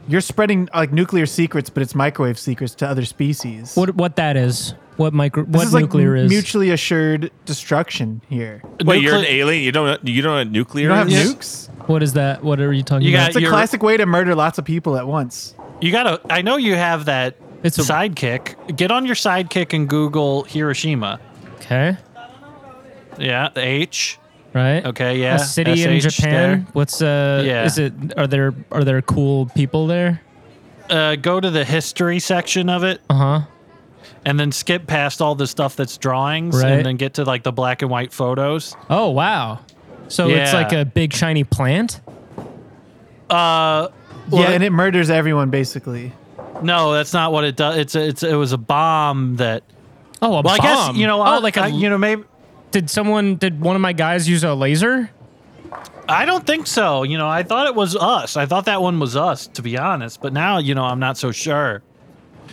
[SPEAKER 1] You're spreading like nuclear secrets, but it's microwave secrets to other species.
[SPEAKER 3] what what that is? What micro?
[SPEAKER 1] this
[SPEAKER 3] what
[SPEAKER 1] is
[SPEAKER 3] nuclear
[SPEAKER 1] like
[SPEAKER 3] is?
[SPEAKER 1] mutually assured destruction here.
[SPEAKER 2] Wait, you're an
[SPEAKER 4] Nucle-
[SPEAKER 2] alien. You don't. You don't know nuclear.
[SPEAKER 1] You don't have
[SPEAKER 2] is?
[SPEAKER 1] nukes.
[SPEAKER 3] What is that? What are you talking
[SPEAKER 4] You
[SPEAKER 3] about?
[SPEAKER 1] It's a
[SPEAKER 4] You're-
[SPEAKER 1] classic way to murder lots of people at once.
[SPEAKER 4] You gotta. I know you have that.
[SPEAKER 3] It's
[SPEAKER 4] It's
[SPEAKER 3] a-
[SPEAKER 4] a sidekick. Get on your sidekick and Google Hiroshima.
[SPEAKER 3] okay,
[SPEAKER 4] Yeah, the H.
[SPEAKER 3] right?
[SPEAKER 4] Okay, yeah.
[SPEAKER 3] A city in
[SPEAKER 4] SH
[SPEAKER 3] Japan.
[SPEAKER 4] there.
[SPEAKER 3] What's uh?
[SPEAKER 4] Yeah.
[SPEAKER 3] Is it? Are there are there cool people there?
[SPEAKER 4] Uh, go to the history section of it,
[SPEAKER 3] Uh huh.
[SPEAKER 4] and then skip past all the stuff that's drawings,
[SPEAKER 3] Right.
[SPEAKER 4] and then get to like the black and white photos.
[SPEAKER 3] Oh wow. So it's
[SPEAKER 4] Yeah.
[SPEAKER 3] like a big shiny plant.
[SPEAKER 4] Uh,
[SPEAKER 1] yeah, and it murders everyone basically.
[SPEAKER 4] no, that's not what it does. It's a, it's it was a bomb that.
[SPEAKER 3] Oh, a
[SPEAKER 4] Well,
[SPEAKER 3] bomb.
[SPEAKER 4] I guess you know.
[SPEAKER 3] Oh,
[SPEAKER 4] I-
[SPEAKER 3] like a
[SPEAKER 4] I- you know maybe.
[SPEAKER 3] did someone did one of my guys use a laser?
[SPEAKER 4] I don't think so. You know, I thought it was us. I thought that one was us, to be honest. But now, you know, I'm not so sure.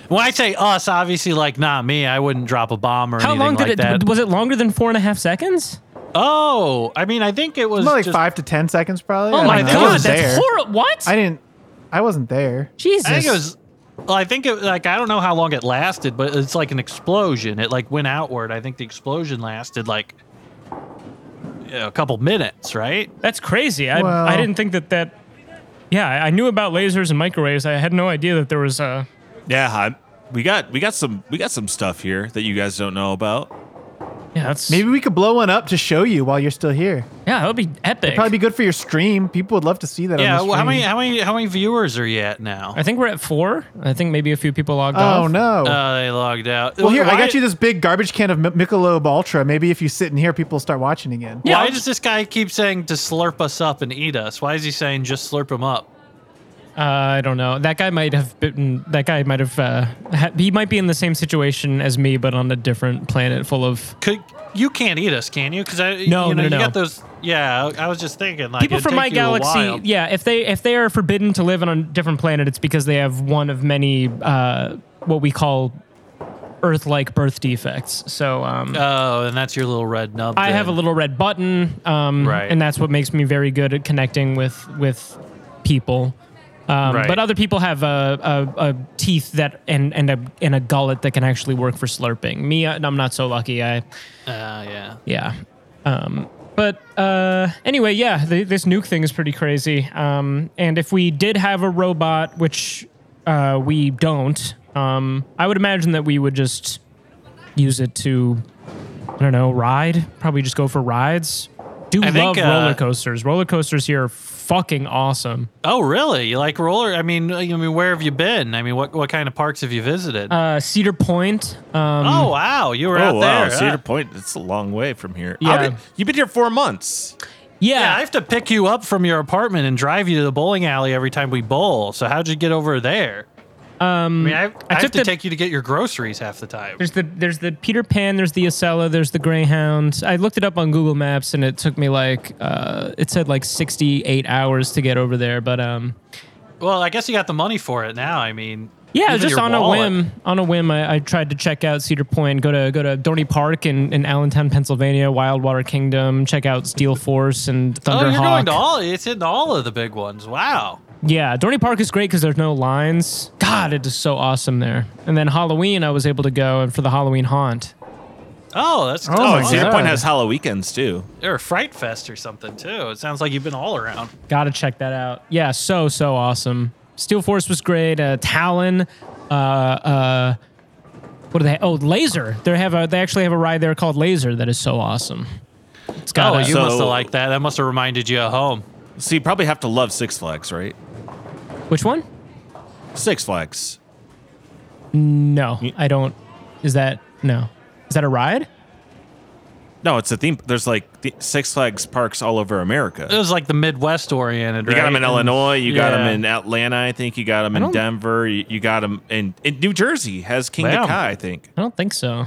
[SPEAKER 4] When I say us, obviously, like not me. I wouldn't drop a bomb or
[SPEAKER 3] How
[SPEAKER 4] anything
[SPEAKER 3] long did
[SPEAKER 4] like
[SPEAKER 3] it?
[SPEAKER 4] that.
[SPEAKER 3] Was it longer than four and a half seconds?
[SPEAKER 4] oh, I mean, I think it was
[SPEAKER 1] Not like
[SPEAKER 4] just-
[SPEAKER 1] five to ten seconds probably.
[SPEAKER 3] Oh
[SPEAKER 1] I
[SPEAKER 3] my
[SPEAKER 1] don't know. I
[SPEAKER 3] god,
[SPEAKER 1] wasn't
[SPEAKER 3] that's
[SPEAKER 1] there.
[SPEAKER 3] horrible. What?
[SPEAKER 1] I didn't. I wasn't there.
[SPEAKER 3] Jesus.
[SPEAKER 4] I think it was. Well, I think it like I don't know how long it lasted, but it's like an explosion. It like went outward. I think the explosion lasted like a couple minutes, right?
[SPEAKER 3] That's crazy. I,
[SPEAKER 1] Well-
[SPEAKER 3] I didn't think that that. Yeah, I I knew about lasers and microwaves. I had no idea that there was a.
[SPEAKER 2] Yeah, I, we got we got some we got some stuff here that you guys don't know about.
[SPEAKER 3] Yeah, that's
[SPEAKER 1] Maybe we could blow one up to show you while you're still here.
[SPEAKER 3] Yeah, that would be epic.
[SPEAKER 1] Probably be good for your stream. People would love to see that.
[SPEAKER 4] Yeah.
[SPEAKER 1] On
[SPEAKER 4] Well,
[SPEAKER 1] the
[SPEAKER 4] how
[SPEAKER 1] stream.
[SPEAKER 4] many? How many? How many viewers are you at now?
[SPEAKER 3] I think we're at four. I think maybe a few people logged off.
[SPEAKER 1] Oh no.
[SPEAKER 4] Oh, they logged out.
[SPEAKER 1] well, here I
[SPEAKER 4] Why-
[SPEAKER 1] got you this big garbage can of M- Michelob Ultra. Maybe if you sit in here, people start watching again.
[SPEAKER 3] Yeah,
[SPEAKER 4] Why
[SPEAKER 3] I'll
[SPEAKER 4] does
[SPEAKER 3] just-
[SPEAKER 4] this guy keep saying to slurp us up and eat us? Why is he saying just slurp him up?
[SPEAKER 3] Uh, I don't know. That guy might have been. That guy might have. Uh, ha- he might be in the same situation as me, but on a different planet full of
[SPEAKER 4] Could you can't eat us, can you? Because I
[SPEAKER 3] No,
[SPEAKER 4] you
[SPEAKER 3] no,
[SPEAKER 4] know, you
[SPEAKER 3] no, no.
[SPEAKER 4] got those. Yeah, I was just thinking like
[SPEAKER 3] people
[SPEAKER 4] it'd
[SPEAKER 3] from
[SPEAKER 4] take
[SPEAKER 3] my
[SPEAKER 4] you a
[SPEAKER 3] galaxy.
[SPEAKER 4] while.
[SPEAKER 3] Yeah, if they if they are forbidden to live on a different planet, it's because they have one of many uh, what we call Earth-like birth defects. So um,
[SPEAKER 4] Oh, and that's your little red nub.
[SPEAKER 3] I have a
[SPEAKER 4] then.
[SPEAKER 3] little red button, um,
[SPEAKER 4] Right.
[SPEAKER 3] and that's what makes me very good at connecting with with people. Um,
[SPEAKER 4] Right.
[SPEAKER 3] But other people have a, a, a teeth that and and a and a gullet that can actually work for slurping. Me, I- I'm not so lucky. I
[SPEAKER 4] Uh, yeah.
[SPEAKER 3] yeah. Um, but uh, anyway, yeah, the, this nuke thing is pretty crazy. Um, and if we did have a robot, which uh, we don't, um, I would imagine that we would just use it to, I don't know, ride. Probably just go for rides. Do
[SPEAKER 4] I
[SPEAKER 3] love
[SPEAKER 4] think, uh,
[SPEAKER 3] roller coasters. Roller coasters here are fucking awesome.
[SPEAKER 4] Oh, really? You like roller? I mean, I mean, where have you been? I mean, what what kind of parks have you visited?
[SPEAKER 3] Uh, Cedar Point. Um,
[SPEAKER 4] oh, wow, you were
[SPEAKER 2] Oh
[SPEAKER 4] out
[SPEAKER 2] wow,
[SPEAKER 4] there.
[SPEAKER 2] Cedar
[SPEAKER 4] Uh,
[SPEAKER 2] Point. It's a long way from here.
[SPEAKER 3] Yeah.
[SPEAKER 2] I've been- you've been here four months.
[SPEAKER 4] Oh, yeah, I have to pick you up from your apartment and drive you to the bowling alley every time we bowl. So how'd you get over there? Um, I mean, I, I,
[SPEAKER 3] took
[SPEAKER 4] have to
[SPEAKER 3] the-
[SPEAKER 4] take you to get your groceries half the time.
[SPEAKER 3] There's the there's the Peter Pan, there's the Acela, there's the Greyhound. I looked it up on Google Maps and it took me like uh, it said like 68 hours to get over there, but um
[SPEAKER 4] Well, I guess you got the money for it now. I mean,
[SPEAKER 3] yeah,
[SPEAKER 4] even
[SPEAKER 3] just
[SPEAKER 4] your
[SPEAKER 3] on
[SPEAKER 4] wallet.
[SPEAKER 3] a whim, on a whim, I, I tried to check out Cedar Point, go to go to Dorney Park in, in Allentown, Pennsylvania, Wildwater Kingdom, check out Steel Force and
[SPEAKER 4] Oh, you're going to
[SPEAKER 3] Thunderhawk.
[SPEAKER 4] all. It's in all of the big ones. Wow.
[SPEAKER 3] yeah, Dorney Park is great because there's no lines. God, it is so awesome there. And then Halloween, I was able to go and for the Halloween haunt.
[SPEAKER 4] Oh, that's
[SPEAKER 1] Oh my
[SPEAKER 2] Oh, Cedar
[SPEAKER 1] God.
[SPEAKER 2] Point has Hollow weekends too.
[SPEAKER 4] Or a fright fest or something too. It sounds like you've been all around.
[SPEAKER 3] Gotta check that out. Yeah, so so awesome. Steel Force was great. Uh, Talon, uh, uh, what do they? Oh, Laser. They have a. They actually have a ride there called Laser that is so awesome. It's got.
[SPEAKER 4] Oh,
[SPEAKER 3] a-
[SPEAKER 4] you
[SPEAKER 2] So-
[SPEAKER 4] must have liked that. That must have reminded you of home.
[SPEAKER 2] So you probably have to love Six Flags, right?
[SPEAKER 3] which one?
[SPEAKER 2] Six Flags.
[SPEAKER 3] No, I don't. Is that no? Is that a ride?
[SPEAKER 2] No, it's a theme. There's like the Six Flags parks all over America.
[SPEAKER 4] It was like the Midwest oriented.
[SPEAKER 2] You got
[SPEAKER 4] right?
[SPEAKER 2] them in
[SPEAKER 4] And-
[SPEAKER 2] Illinois. You got 'em got
[SPEAKER 4] Yeah.
[SPEAKER 2] them in Atlanta. I think you got them
[SPEAKER 3] don't-
[SPEAKER 2] in Denver. You, you got them in, in New Jersey. Has King
[SPEAKER 4] Wow.
[SPEAKER 2] of Kai? I think.
[SPEAKER 3] I don't think so.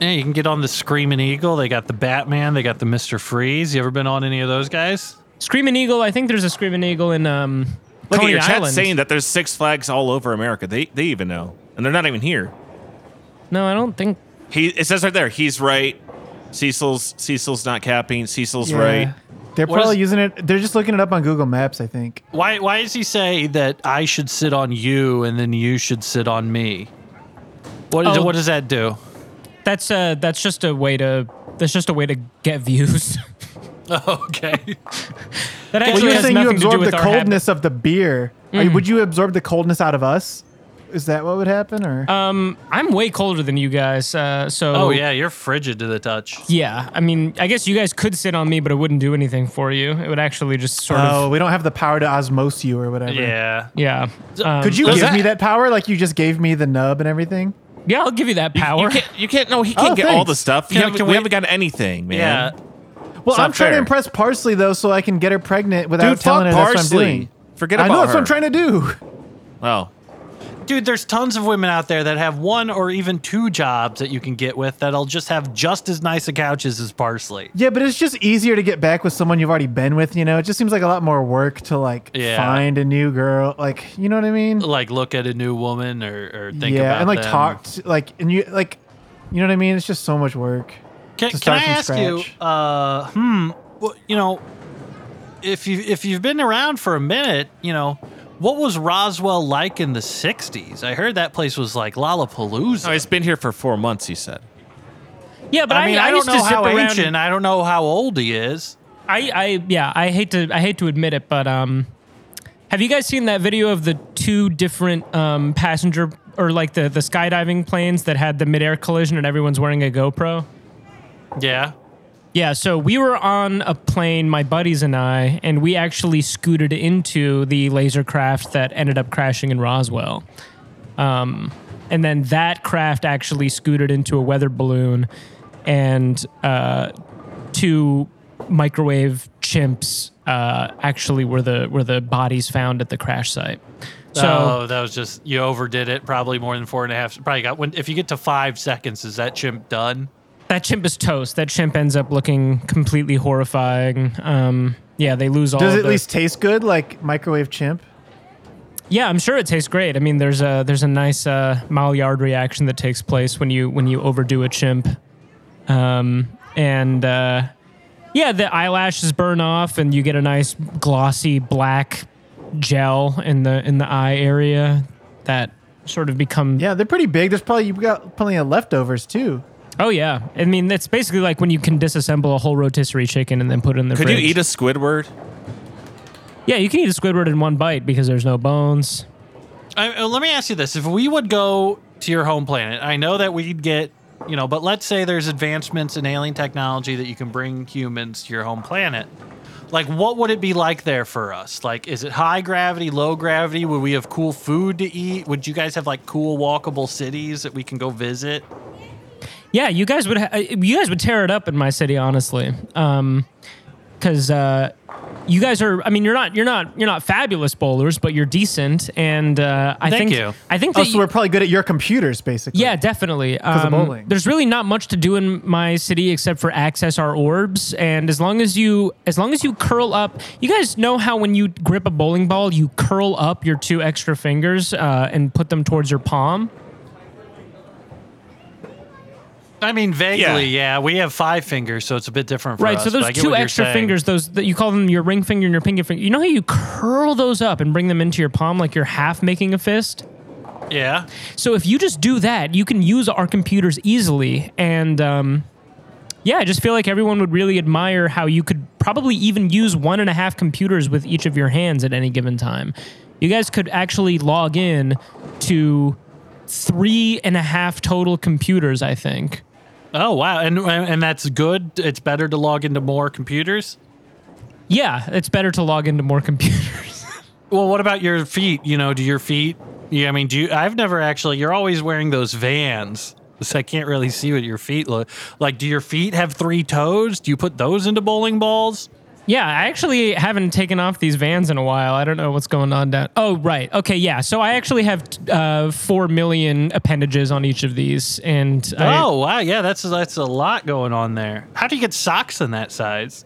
[SPEAKER 4] Yeah, you can get on the Screaming Eagle. They got the Batman. They got the Mister Freeze. You ever been on any of those guys?
[SPEAKER 3] Screaming Eagle. I think there's a Screaming Eagle in um.
[SPEAKER 2] Look at
[SPEAKER 3] Coney
[SPEAKER 2] your chat
[SPEAKER 3] Island.
[SPEAKER 2] saying that there's Six Flags all over America. They they even know, and they're not even here.
[SPEAKER 3] No, I don't think.
[SPEAKER 2] He it says right there. He's right. Cecil's Cecil's not capping. Cecil's right.
[SPEAKER 1] They're
[SPEAKER 4] What
[SPEAKER 1] probably
[SPEAKER 4] is-
[SPEAKER 1] using it. They're just looking it up on Google Maps, I think.
[SPEAKER 4] Why? Why does he say that I should sit on you and then you should sit on me? What,
[SPEAKER 3] Oh.
[SPEAKER 4] what does that do?
[SPEAKER 3] That's uh. That's just a way to. That's just a way to get views.
[SPEAKER 4] Okay.
[SPEAKER 3] that
[SPEAKER 1] Well,
[SPEAKER 3] actually
[SPEAKER 1] you're
[SPEAKER 3] has
[SPEAKER 1] saying you
[SPEAKER 3] nothing to do
[SPEAKER 1] absorb
[SPEAKER 3] with
[SPEAKER 1] the
[SPEAKER 3] our habit.
[SPEAKER 1] coldness of the beer. Are you- would you absorb the coldness out of us? Is that what would happen? Or
[SPEAKER 3] Uh, Um, I'm way colder than you guys. Uh, so.
[SPEAKER 4] oh yeah, you're frigid to the touch.
[SPEAKER 3] Yeah, I mean, I guess you guys could sit on me, but it wouldn't do anything for you. It would actually just sort
[SPEAKER 1] oh,
[SPEAKER 3] of.
[SPEAKER 1] we don't have the power to osmose you or whatever.
[SPEAKER 4] Yeah.
[SPEAKER 3] Yeah. Um,
[SPEAKER 1] Could you
[SPEAKER 4] Does
[SPEAKER 1] give
[SPEAKER 4] that-
[SPEAKER 1] me that power? Like you just gave me the nub and everything.
[SPEAKER 3] Yeah, I'll give you that power.
[SPEAKER 2] You can't. You can't. No, he can't
[SPEAKER 1] Oh,
[SPEAKER 2] get all
[SPEAKER 1] thanks.
[SPEAKER 2] the stuff. You
[SPEAKER 4] Can-
[SPEAKER 2] haven't-
[SPEAKER 4] can
[SPEAKER 2] we,
[SPEAKER 4] we-
[SPEAKER 2] haven't got anything, man.
[SPEAKER 4] Yeah.
[SPEAKER 1] Well,
[SPEAKER 2] not
[SPEAKER 1] I'm trying
[SPEAKER 2] fair.
[SPEAKER 1] to impress Parsley though, so I can get her pregnant without
[SPEAKER 2] Dude,
[SPEAKER 1] telling
[SPEAKER 2] fuck
[SPEAKER 1] her that's what I'm
[SPEAKER 2] parsley.
[SPEAKER 1] doing.
[SPEAKER 2] Forget
[SPEAKER 1] I
[SPEAKER 2] about
[SPEAKER 1] know that's what I'm
[SPEAKER 2] her.
[SPEAKER 1] trying to do.
[SPEAKER 2] Oh,
[SPEAKER 4] Dude, there's tons of women out there that have one or even two jobs that you can get with that'll just have just as nice a couches as Parsley.
[SPEAKER 1] Yeah, but it's just easier to get back with someone you've already been with. You know, it just seems like a lot more work to like
[SPEAKER 4] Yeah.
[SPEAKER 1] find a new girl. Like, you know what I mean?
[SPEAKER 4] Like look at a new woman or, or think
[SPEAKER 1] yeah,
[SPEAKER 4] about
[SPEAKER 1] and like
[SPEAKER 4] them.
[SPEAKER 1] talk to, like and you like, you know what I mean? It's just so much work.
[SPEAKER 4] Can,
[SPEAKER 1] to
[SPEAKER 4] can I
[SPEAKER 1] start from
[SPEAKER 4] ask you?
[SPEAKER 1] scratch.
[SPEAKER 4] Uh, hmm. Well, you know, if you if you've been around for a minute, you know, what was Roswell like in the '60s? I heard that place was like Lollapalooza.
[SPEAKER 2] no, he's been here for four months. He said.
[SPEAKER 3] yeah, but I,
[SPEAKER 4] I mean, I,
[SPEAKER 3] used
[SPEAKER 4] don't know
[SPEAKER 3] to zip
[SPEAKER 4] how
[SPEAKER 3] around.
[SPEAKER 4] ancient. I don't know how old he is.
[SPEAKER 3] I, I, yeah, I hate to, I hate to admit it, but um, have you guys seen that video of the two different um passenger or like the the skydiving planes that had the midair collision and everyone's wearing a GoPro?
[SPEAKER 4] Yeah.
[SPEAKER 3] Yeah, so we were on a plane, my buddies and I, and we actually scooted into the laser craft that ended up crashing in Roswell. Um, and then that craft actually scooted into a weather balloon, and uh, two microwave chimps uh, actually were the were the bodies found at the crash site. So
[SPEAKER 4] oh, that was just you overdid it. Probably more than four and a half. Probably got when if you get to five seconds, is that chimp done?
[SPEAKER 3] that chimp is toast. That chimp ends up looking completely horrifying. Um, yeah, they lose all.
[SPEAKER 1] Does it
[SPEAKER 3] of
[SPEAKER 1] at
[SPEAKER 3] their-
[SPEAKER 1] least taste good, like microwave chimp?
[SPEAKER 3] Yeah, I'm sure it tastes great. I mean, there's a there's a nice uh, Maillard reaction that takes place when you when you overdo a chimp, um, and uh, yeah, the eyelashes burn off, and you get a nice glossy black gel in the in the eye area that sort of become.
[SPEAKER 1] Yeah, they're pretty big. There's probably you've got plenty of leftovers too.
[SPEAKER 3] Oh yeah, I mean it's basically like when you can disassemble a whole rotisserie chicken and then put it in the
[SPEAKER 2] Could
[SPEAKER 3] fridge.
[SPEAKER 2] you eat a Squidward?
[SPEAKER 3] Yeah, you can eat a Squidward in one bite because there's no bones.
[SPEAKER 4] I, uh, let me ask you this: If we would go to your home planet, I know that we'd get, you know, but let's say there's advancements in alien technology that you can bring humans to your home planet. Like, what would it be like there for us? Like, is it high gravity, low gravity? Would we have cool food to eat? Would you guys have like cool walkable cities that we can go visit?
[SPEAKER 3] Yeah, you guys would ha- uh, you guys would tear it up in my city, honestly. Um, because uh, you guys are. I mean, you're not you're not you're not fabulous bowlers, but you're decent. And uh, I
[SPEAKER 4] Thank
[SPEAKER 3] think
[SPEAKER 4] you.
[SPEAKER 3] I think that
[SPEAKER 1] Oh, so
[SPEAKER 3] you-
[SPEAKER 1] we're probably good at your computers, basically.
[SPEAKER 3] yeah, definitely.
[SPEAKER 1] of
[SPEAKER 3] Um,
[SPEAKER 1] bowling.
[SPEAKER 3] There's really not much to do in my city except for access our orbs, and as long as you as long as you curl up, you guys know how when you grip a bowling ball, you curl up your two extra fingers uh, and put them towards your palm.
[SPEAKER 4] I mean, vaguely, yeah. We have five fingers, so it's a bit different for
[SPEAKER 3] Right.
[SPEAKER 4] us.
[SPEAKER 3] So
[SPEAKER 4] but
[SPEAKER 3] those
[SPEAKER 4] I get
[SPEAKER 3] two
[SPEAKER 4] what you're
[SPEAKER 3] extra
[SPEAKER 4] saying.
[SPEAKER 3] fingers, those that you call them your ring finger and your pinky finger. You know how you curl those up and bring them into your palm like you're half making a fist.
[SPEAKER 4] Yeah.
[SPEAKER 3] So if you just do that, you can use our computers easily. And um, yeah, I just feel like everyone would really admire how you could probably even use one and a half computers with each of your hands at any given time. You guys could actually log in to three and a half total computers, I think.
[SPEAKER 4] Oh wow, and and that's good. It's better to log into more computers.
[SPEAKER 3] Yeah, it's better to log into more computers.
[SPEAKER 4] Well, what about your feet? You know, do your feet? Yeah, I mean, do you? I've never actually. You're always wearing those Vans. 'Cause I can't really see what your feet look like. Do your feet have three toes? Do you put those into bowling balls?
[SPEAKER 3] Yeah, I actually haven't taken off these vans in a while. I don't know what's going on down. Oh, right. Okay, yeah. So I actually have uh, four million appendages on each of these, and I,
[SPEAKER 4] oh wow, yeah, that's that's a lot going on there. How do you get socks in that size?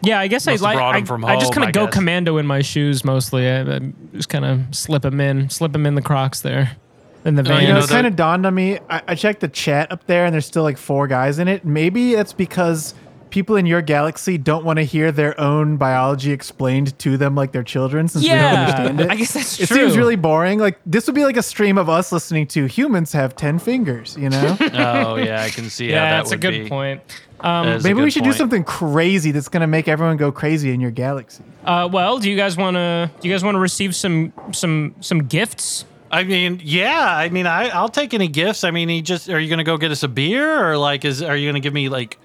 [SPEAKER 3] yeah, I guess I
[SPEAKER 4] Must've
[SPEAKER 3] like.
[SPEAKER 4] brought
[SPEAKER 3] I,
[SPEAKER 4] 'em from
[SPEAKER 3] I just
[SPEAKER 4] home,
[SPEAKER 3] kind
[SPEAKER 4] I
[SPEAKER 3] of go
[SPEAKER 4] guess.
[SPEAKER 3] commando in my shoes mostly. I, I just kind of slip them in, slip them in the Crocs there, in the van.
[SPEAKER 1] You
[SPEAKER 4] Oh, You
[SPEAKER 1] know,
[SPEAKER 4] know
[SPEAKER 1] it
[SPEAKER 4] that-
[SPEAKER 1] kind of dawned on me. I, I checked the chat up there, and there's still like four guys in it. Maybe that's because people in your galaxy don't want to hear their own biology explained to them like their children, since we don't
[SPEAKER 3] yeah,
[SPEAKER 1] understand it.
[SPEAKER 3] I guess that's
[SPEAKER 1] it
[SPEAKER 3] true.
[SPEAKER 1] seems really boring. Like this would be like a stream of us listening to humans have ten fingers. You know,
[SPEAKER 4] oh yeah, I can see
[SPEAKER 3] yeah,
[SPEAKER 4] how that
[SPEAKER 3] that's a
[SPEAKER 4] would
[SPEAKER 3] good
[SPEAKER 4] be.
[SPEAKER 3] point. Um,
[SPEAKER 4] That is a
[SPEAKER 1] maybe
[SPEAKER 4] good
[SPEAKER 1] we should
[SPEAKER 4] point.
[SPEAKER 1] do something crazy that's gonna make everyone go crazy in your galaxy.
[SPEAKER 3] Uh, well, do you guys want to? Do you guys want to receive some some some gifts?
[SPEAKER 4] I mean, yeah. I mean, I I'll take any gifts. I mean, he just are you gonna go get us a beer or like is are you gonna give me like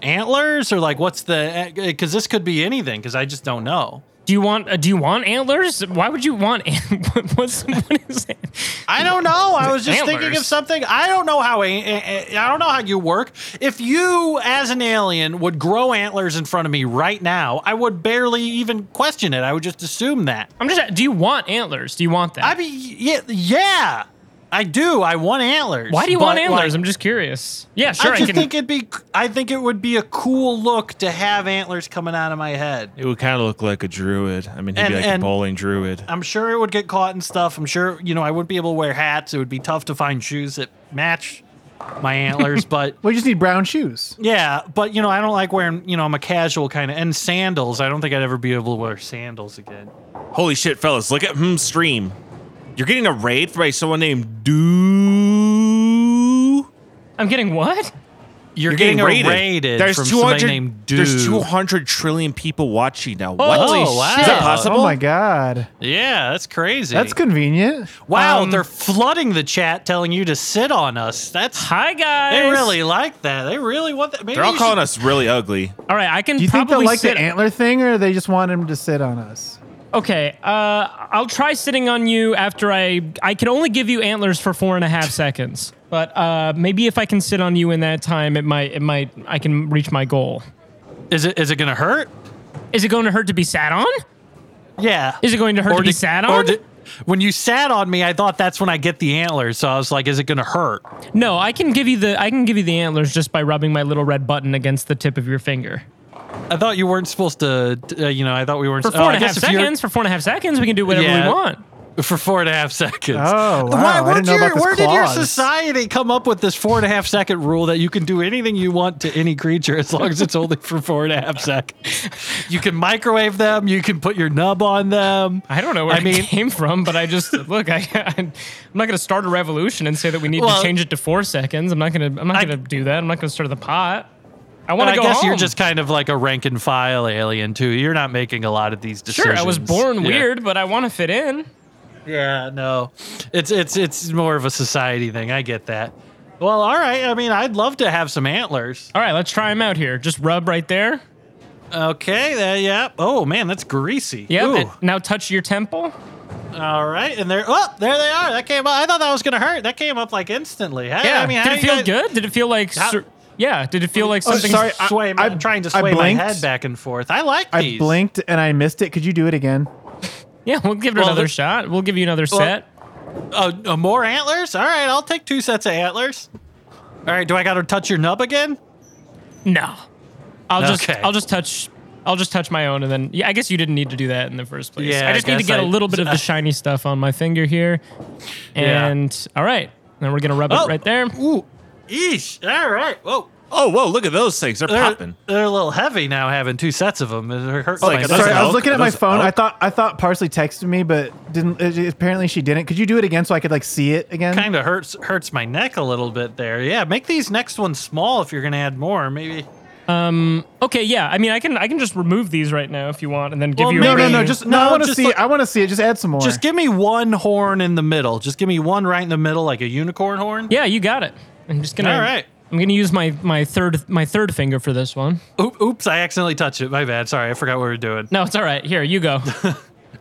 [SPEAKER 4] antlers or like what's the because this could be anything because I just don't know.
[SPEAKER 3] Do you want? Uh, do you want antlers? Why would you want? An- what- what's what is it?
[SPEAKER 4] I don't know. I was just thinking of
[SPEAKER 3] Antlers.
[SPEAKER 4] something. I don't know how a- a- a- I don't know how you work. If you, as an alien, would grow antlers in front of me right now, I would barely even question it. I would just assume that.
[SPEAKER 3] I'm just. Do you want antlers? Do you want that?
[SPEAKER 4] I mean, yeah, yeah, I do. I want antlers.
[SPEAKER 3] Why do you
[SPEAKER 4] but,
[SPEAKER 3] want antlers?
[SPEAKER 4] like,
[SPEAKER 3] I'm just curious. Yeah,
[SPEAKER 4] I
[SPEAKER 3] sure. I,
[SPEAKER 4] just
[SPEAKER 3] can.
[SPEAKER 4] think it'd be. I think it would be a cool look to have antlers coming out of my head.
[SPEAKER 2] It would kind of look like a druid. I mean, he'd
[SPEAKER 4] And-
[SPEAKER 2] be like
[SPEAKER 4] and-
[SPEAKER 2] a bowling druid.
[SPEAKER 4] I'm sure it would get caught in stuff. I'm sure, you know, I wouldn't be able to wear hats. It would be tough to find shoes that match my antlers, but
[SPEAKER 1] We just need brown shoes.
[SPEAKER 4] Yeah, but you know, I don't like wearing, you know, I'm a casual kind of and sandals. I don't think I'd ever be able to wear sandals again.
[SPEAKER 2] Holy shit, fellas! Look at him stream. You're getting a raid by someone named Do.
[SPEAKER 3] I'm getting what?
[SPEAKER 4] You're,
[SPEAKER 2] You're
[SPEAKER 4] getting,
[SPEAKER 2] getting,
[SPEAKER 4] raided.
[SPEAKER 2] raided.
[SPEAKER 4] there's from somebody named Dude.
[SPEAKER 2] There's 200 trillion people watching now. What?
[SPEAKER 3] Holy
[SPEAKER 4] Oh, wow.
[SPEAKER 2] Is that
[SPEAKER 4] shit.
[SPEAKER 2] possible?
[SPEAKER 1] Oh my god,
[SPEAKER 4] Yeah, that's crazy.
[SPEAKER 1] that's convenient.
[SPEAKER 4] Wow,
[SPEAKER 3] Um,
[SPEAKER 4] they're flooding the chat telling you to sit on us. That's
[SPEAKER 3] Hi guys.
[SPEAKER 4] they really like that. They really want that. Maybe
[SPEAKER 2] They're all
[SPEAKER 4] you
[SPEAKER 2] calling
[SPEAKER 4] should-
[SPEAKER 2] us really ugly.
[SPEAKER 3] All right, I can
[SPEAKER 1] Do you think
[SPEAKER 3] probably
[SPEAKER 1] they'll like
[SPEAKER 3] sit.
[SPEAKER 1] the antler thing, or they just want him to sit on us?
[SPEAKER 3] okay, uh, I'll try sitting on you after I. I can only give you antlers for four and a half seconds, but uh, maybe if I can sit on you in that time, it might. It might. I can reach my goal.
[SPEAKER 4] Is it is it going to hurt?
[SPEAKER 3] Is it going to hurt to be sat on?
[SPEAKER 4] Yeah.
[SPEAKER 3] Is it going to hurt to be
[SPEAKER 4] did-
[SPEAKER 3] sat
[SPEAKER 4] or
[SPEAKER 3] on?
[SPEAKER 4] did- when you sat on me, I thought that's when I get the antlers. So I was like, is it going to hurt?
[SPEAKER 3] no, I can give you the. I can give you the antlers just by rubbing my little red button against the tip of your finger.
[SPEAKER 4] I thought you weren't supposed to, uh, you know, I thought we weren't
[SPEAKER 3] For
[SPEAKER 4] oh,
[SPEAKER 3] four
[SPEAKER 4] I
[SPEAKER 3] and a half
[SPEAKER 4] guess if you're-
[SPEAKER 3] seconds, for four and a half seconds, we can do whatever
[SPEAKER 4] Yeah.
[SPEAKER 3] we want.
[SPEAKER 4] for four and a half seconds.
[SPEAKER 1] Oh, wow. I
[SPEAKER 4] where
[SPEAKER 1] didn't know about this
[SPEAKER 4] where did your
[SPEAKER 1] clause.
[SPEAKER 4] society come up with this four and a half second rule that you can do anything you want to any creature as long as it's only for four and a half seconds? You can microwave them. You can put your nub on them.
[SPEAKER 3] I don't know where
[SPEAKER 4] I
[SPEAKER 3] I
[SPEAKER 4] mean-
[SPEAKER 3] it came from, but I just look. I, I I'm not going to start a revolution and say that we need
[SPEAKER 4] Well-
[SPEAKER 3] to change it to four seconds. I'm not going to. I'm not
[SPEAKER 4] I-
[SPEAKER 3] going to do that. I'm not going to stir the pot. I
[SPEAKER 4] But
[SPEAKER 3] want
[SPEAKER 4] I
[SPEAKER 3] to go
[SPEAKER 4] guess you're
[SPEAKER 3] home.
[SPEAKER 4] just kind of like a rank and file alien too. You're not making a lot of these
[SPEAKER 3] sure.
[SPEAKER 4] decisions.
[SPEAKER 3] I was born
[SPEAKER 4] Yeah.
[SPEAKER 3] weird, but I want to fit in.
[SPEAKER 4] Yeah, no, it's it's it's more of a society thing. I get that. Well, all right. I mean, I'd love to have some antlers.
[SPEAKER 3] All right, let's try him out here. Just rub right there.
[SPEAKER 4] Okay, there, yeah. Oh man, that's greasy.
[SPEAKER 3] Yep.
[SPEAKER 4] Ooh.
[SPEAKER 3] and now touch your
[SPEAKER 4] Uh,
[SPEAKER 3] temple.
[SPEAKER 4] All right, and there, oh, there they are. That came up. I thought that was gonna hurt. That came up like instantly. Hey, I mean,
[SPEAKER 3] did
[SPEAKER 4] how
[SPEAKER 3] it
[SPEAKER 4] you
[SPEAKER 3] feel
[SPEAKER 4] guys-
[SPEAKER 3] good? Did it feel like?
[SPEAKER 4] How-
[SPEAKER 3] sur- yeah. Did it feel like
[SPEAKER 1] Oh,
[SPEAKER 3] something?
[SPEAKER 1] sorry, I-
[SPEAKER 4] Sway, I,
[SPEAKER 1] I-
[SPEAKER 4] am trying to
[SPEAKER 1] I
[SPEAKER 4] sway my
[SPEAKER 1] blinked.
[SPEAKER 4] head back and forth. I like
[SPEAKER 1] I
[SPEAKER 4] these.
[SPEAKER 1] blinked and I missed it. Could you do it again?
[SPEAKER 3] Yeah, we'll give it
[SPEAKER 4] Well,
[SPEAKER 3] another
[SPEAKER 4] the-
[SPEAKER 3] shot. We'll give you another
[SPEAKER 4] Well,
[SPEAKER 3] set.
[SPEAKER 4] Uh, uh, more antlers. All right, I'll take two sets of antlers. All right, do I got to touch your nub again?
[SPEAKER 3] No. I'll just
[SPEAKER 4] Okay.
[SPEAKER 3] I'll just touch I'll just touch my own and then yeah, I guess you didn't need to do that in the first place.
[SPEAKER 4] Yeah,
[SPEAKER 3] I just
[SPEAKER 4] I
[SPEAKER 3] need to
[SPEAKER 4] guess
[SPEAKER 3] get a
[SPEAKER 4] I-
[SPEAKER 3] little bit of the shiny stuff on my finger here.
[SPEAKER 4] Yeah.
[SPEAKER 3] And all right. Then we're gonna rub
[SPEAKER 4] Oh.
[SPEAKER 3] it right there.
[SPEAKER 4] Ooh, eesh. All right. Whoa,
[SPEAKER 2] Oh, whoa, look at those things. They're
[SPEAKER 4] they're,
[SPEAKER 2] popping.
[SPEAKER 4] they're a little heavy now. Having two sets of them, it hurts.
[SPEAKER 2] Oh,
[SPEAKER 4] my
[SPEAKER 2] like,
[SPEAKER 4] stomach.
[SPEAKER 1] Sorry, I was
[SPEAKER 2] elk?
[SPEAKER 1] looking at
[SPEAKER 2] Are
[SPEAKER 1] my
[SPEAKER 2] those
[SPEAKER 1] phone. I
[SPEAKER 2] elk?
[SPEAKER 1] thought I thought Parsley texted me, but didn't. It, it- apparently, she didn't. Could you do it again so I could like see it again?
[SPEAKER 4] kind of hurts hurts my neck a little bit there. Yeah, make these next ones small if you're gonna add more. Maybe.
[SPEAKER 3] Okay, yeah. I mean I can I can just remove these right now if you want and then give
[SPEAKER 4] Well,
[SPEAKER 3] you
[SPEAKER 1] no,
[SPEAKER 3] a
[SPEAKER 1] no, no.
[SPEAKER 3] ring.
[SPEAKER 1] Just no. I
[SPEAKER 4] No,
[SPEAKER 1] want to
[SPEAKER 4] just
[SPEAKER 1] see.
[SPEAKER 4] look-
[SPEAKER 1] I want to see it. Just add some more.
[SPEAKER 4] Just give me one horn in the middle. Just give me one right in the middle, like a unicorn horn.
[SPEAKER 3] Yeah, you got it. I'm just gonna
[SPEAKER 4] All right.
[SPEAKER 3] I'm gonna use my my third my third finger for this one.
[SPEAKER 4] Oop, oops, I accidentally touched it. My bad. Sorry, I forgot what we were doing.
[SPEAKER 3] No, it's all right. Here, you go.